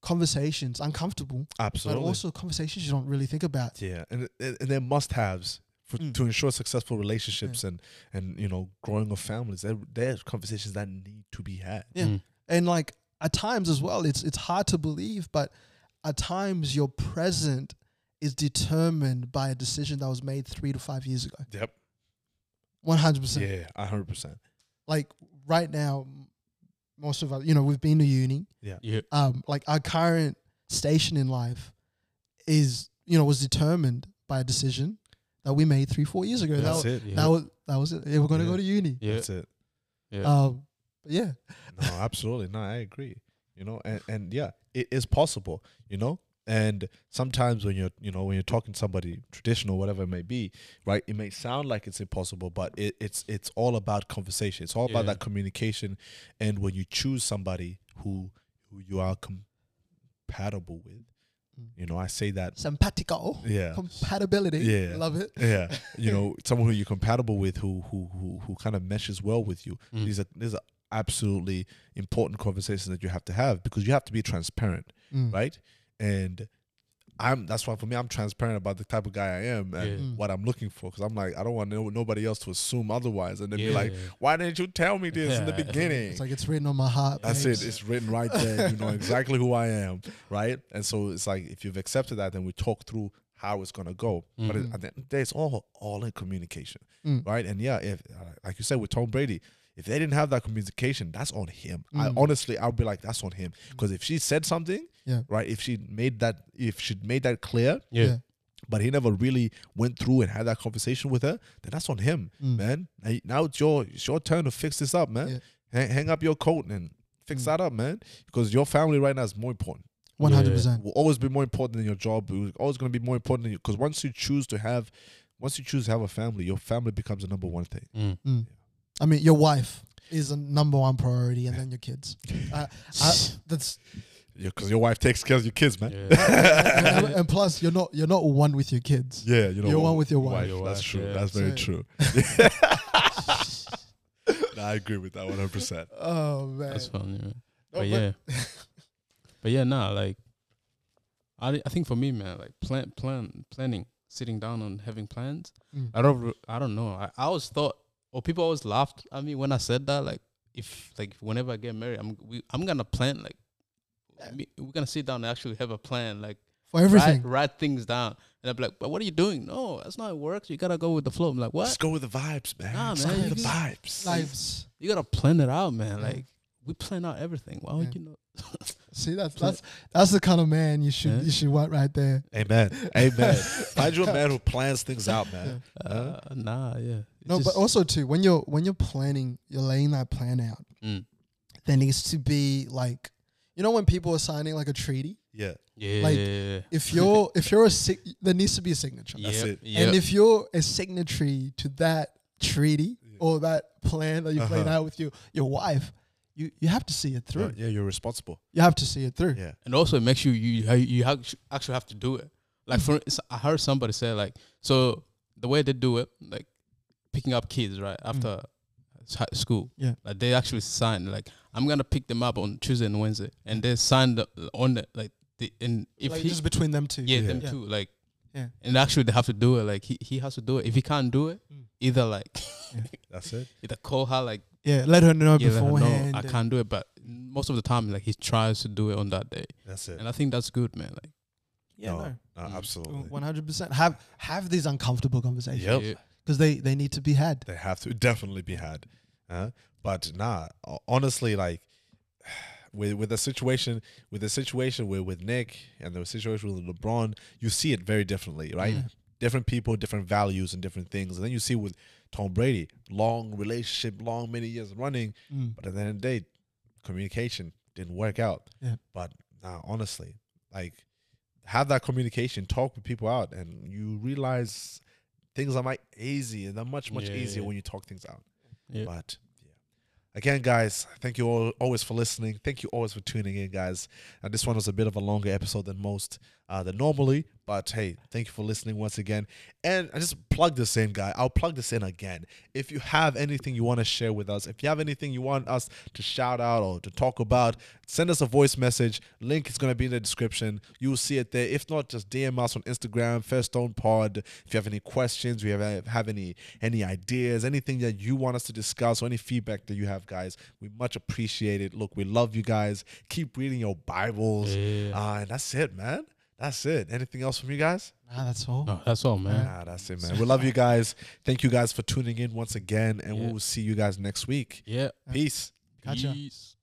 Speaker 4: conversations uncomfortable,
Speaker 3: Absolutely.
Speaker 4: but also conversations you don't really think about.
Speaker 3: yeah. And, and and they're must haves for
Speaker 4: Mm.
Speaker 3: to ensure successful relationships and and you know growing of families. There there's conversations that need to be had.
Speaker 4: Yeah.
Speaker 2: Mm.
Speaker 4: And like at times as well, it's it's hard to believe, but at times your present is determined by a decision that was made three to five years ago.
Speaker 3: Yep.
Speaker 4: One hundred percent.
Speaker 3: Yeah. hundred percent.
Speaker 4: like right now, m- most of us, you know, we've been to uni.
Speaker 2: Yeah.
Speaker 4: Um, like our current station in life is, you know, was determined by a decision that we made three, four years ago. that,
Speaker 3: That's
Speaker 4: was,
Speaker 3: it.
Speaker 2: Yeah.
Speaker 4: that was that was it. Yeah, we're gonna
Speaker 3: Yeah.
Speaker 4: go to uni.
Speaker 2: Yeah.
Speaker 3: That's it.
Speaker 2: Yeah.
Speaker 4: Um, but yeah,
Speaker 3: No, absolutely. No, I agree. You know, and, and yeah, it is possible, you know? And sometimes when you're you know, when you're talking to somebody traditional, whatever it may be, right, it may sound like it's impossible, but it, it's it's all about conversation. It's all about
Speaker 2: Yeah.
Speaker 3: that communication and when you choose somebody who who you are compatible with.
Speaker 4: Mm.
Speaker 3: You know, I say that
Speaker 4: simpatico
Speaker 3: yeah.
Speaker 4: compatibility.
Speaker 3: Yeah.
Speaker 4: love it.
Speaker 3: Yeah, you know, someone who you're compatible with, who who who who kind of meshes well with you.
Speaker 2: Mm.
Speaker 3: These are these are absolutely important conversations that you have to have because you have to be transparent,
Speaker 4: Mm.
Speaker 3: right? And I'm that's why for me I'm transparent about the type of guy I am and
Speaker 2: Yeah.
Speaker 4: Mm.
Speaker 3: what I'm looking for because I'm like I don't want no, nobody else to assume otherwise and then be
Speaker 2: Yeah.
Speaker 3: like, why didn't you tell me this in the
Speaker 2: Yeah.
Speaker 3: beginning?
Speaker 4: It's like it's written on my heart.
Speaker 3: That's
Speaker 4: babes.
Speaker 3: it. It's written right there. You know exactly who I am, right? And so it's like if you've accepted that, then we talk through how it's gonna go. But it,
Speaker 4: Mhm.
Speaker 3: at the end of the day, it's all all in communication,
Speaker 4: Mm.
Speaker 3: right? And yeah, if uh, like you said with Tom Brady, if they didn't have that communication, that's on him. I
Speaker 4: Mm.
Speaker 3: honestly, I'll be like, that's on him because if she said something,
Speaker 4: Yeah.
Speaker 3: right? If she made that, if she made that clear,
Speaker 2: Yeah.
Speaker 4: Yeah.
Speaker 3: but he never really went through and had that conversation with her, then that's on him,
Speaker 4: Mm.
Speaker 3: man. Now you- Now it's your it's your turn to fix this up, man.
Speaker 4: Yeah. Mm.
Speaker 3: Hang, hang up your coat and fix that up, man. Because your family right now is more important.
Speaker 4: One hundred percent.
Speaker 3: Will always be more important than your job. It was always going to be more important than you. Because once you choose to have, once you choose to have a family, your family becomes the number one thing.
Speaker 2: Mm.
Speaker 4: Mm. I mean, your wife is a number one priority, and then your kids. Uh, I, that's
Speaker 3: Because your wife takes care of your kids, man.
Speaker 2: Yeah.
Speaker 4: and, and plus you're not you're not one with your kids.
Speaker 3: Yeah, you know
Speaker 4: You're
Speaker 3: what?
Speaker 4: one with your wife.
Speaker 2: Your
Speaker 3: That's
Speaker 2: wife,
Speaker 3: true.
Speaker 2: yeah.
Speaker 3: That's very
Speaker 4: So-
Speaker 3: true. Nah, I agree with that one hundred percent.
Speaker 4: Oh man.
Speaker 2: That's fun. Yeah.
Speaker 4: No,
Speaker 2: but, yeah, but yeah, nah. Like, I I think for me, man, like plan plan planning, sitting down and having plans.
Speaker 4: Mm.
Speaker 2: I don't re- I don't know. I, I always thought, or people always laughed at me when I said that. Like, if like whenever I get married, I'm we, I'm gonna plan like. me- We're gonna sit down and actually have a plan, like
Speaker 4: For everything.
Speaker 2: write, write things down, and I'm like, "But what are you doing? No, that's not how it works. You gotta go with the flow." I'm like, "What?
Speaker 3: Just go with the vibes, man.
Speaker 2: Nah,
Speaker 3: Just
Speaker 2: man,
Speaker 3: go
Speaker 2: you
Speaker 3: with the
Speaker 2: just-
Speaker 3: vibes.
Speaker 4: Lives.
Speaker 2: You gotta plan it out, man.
Speaker 4: Yeah.
Speaker 2: Like, we plan out everything. Why would
Speaker 4: Yeah.
Speaker 2: you know?"
Speaker 4: See that's that's that's the kind of man you should
Speaker 2: Yeah.
Speaker 4: you should want right there.
Speaker 3: Amen. Amen. Find you a man who plans things out, man.
Speaker 2: Uh, nah, yeah. It's
Speaker 4: No, but
Speaker 2: just-
Speaker 4: also too when you're when you're planning, you're laying that plan out.
Speaker 2: Mm.
Speaker 4: There needs to be like you know when people are signing like a treaty.
Speaker 3: Yeah.
Speaker 2: yeah,
Speaker 4: like,
Speaker 2: yeah, yeah, yeah.
Speaker 4: If you're if you're a sig- there needs to be a signature.
Speaker 3: That's it.
Speaker 4: And if you're a signatory to that treaty or that plan that you've laid
Speaker 3: Uh-huh.
Speaker 4: out with you, your wife, you, you have to see it through.
Speaker 3: Uh, yeah, you're responsible.
Speaker 4: You have to see it through.
Speaker 3: Yeah.
Speaker 2: and also it makes you you ha- you ha- actually have to do it. Like for ins- I heard somebody say like so the way they do it like picking up kids right after s- hi- school
Speaker 4: Mm. Yeah.
Speaker 2: like they actually sign like I'm gonna pick them up on Tuesday and Wednesday and they sign the, on the like the and if
Speaker 4: like
Speaker 2: he
Speaker 4: just between them two.
Speaker 2: yeah, them
Speaker 4: Yeah.
Speaker 2: too like
Speaker 4: Yeah.
Speaker 2: and actually they have to do it like he, he has to do it if he can't do it
Speaker 4: Mm.
Speaker 2: either like
Speaker 3: That's it.
Speaker 2: either call her like
Speaker 4: Yeah, let her know
Speaker 2: yeah let her know
Speaker 4: beforehand.
Speaker 2: I can't do it but most of the time like he tries to do it on that day
Speaker 3: That's it.
Speaker 2: and I think that's good man like
Speaker 3: No,
Speaker 4: Yeah, no,
Speaker 3: no,
Speaker 2: Mm.
Speaker 3: absolutely.
Speaker 4: one hundred percent. Have have these uncomfortable conversations
Speaker 3: Yep.
Speaker 2: Yeah.
Speaker 4: because they they need to be had.
Speaker 3: They have to definitely be had. Uh, but nah, ho- honestly, like with with the situation with the situation with with Nick and the situation with LeBron, you see it very differently, right?
Speaker 2: Mm.
Speaker 3: Different people, different values, and different things. And then you see with Tom Brady, long relationship, long many years running,
Speaker 4: Mm.
Speaker 3: but at the end of the day, communication didn't work out.
Speaker 4: Yeah.
Speaker 3: But nah, honestly, like have that communication, talk with people out, and you realize things are much easier. They're much much
Speaker 2: Yeah,
Speaker 3: easier
Speaker 2: yeah.
Speaker 3: when you talk things out.
Speaker 2: Yeah.
Speaker 3: But yeah, again, guys, thank you all always for listening. Thank you always for tuning in, guys. And this one was a bit of a longer episode than most uh, than normally, but hey, thank you for listening once again. And I just plug this in, guy. I'll plug this in again. If you have anything you want to share with us, if you have anything you want us to shout out or to talk about, send us a voice message. Link is going to be in the description. You will see it there. If not, just DM us on Instagram, First Stone Pod. If you have any questions, we have have any any ideas, anything that you want us to discuss, or any feedback that you have, guys, we much appreciate it. Look, we love you guys. Keep reading your Bibles,
Speaker 2: Yeah.
Speaker 3: uh, and that's it, man. That's it. Anything else from you guys?
Speaker 4: Ah, that's all.
Speaker 2: No, that's all, man.
Speaker 3: Nah, that's it, man. We love you guys. Thank you guys for tuning in once again, and
Speaker 2: Yeah.
Speaker 3: we will see you guys next week.
Speaker 2: Yeah.
Speaker 3: Peace.
Speaker 4: Gotcha.
Speaker 2: Peace.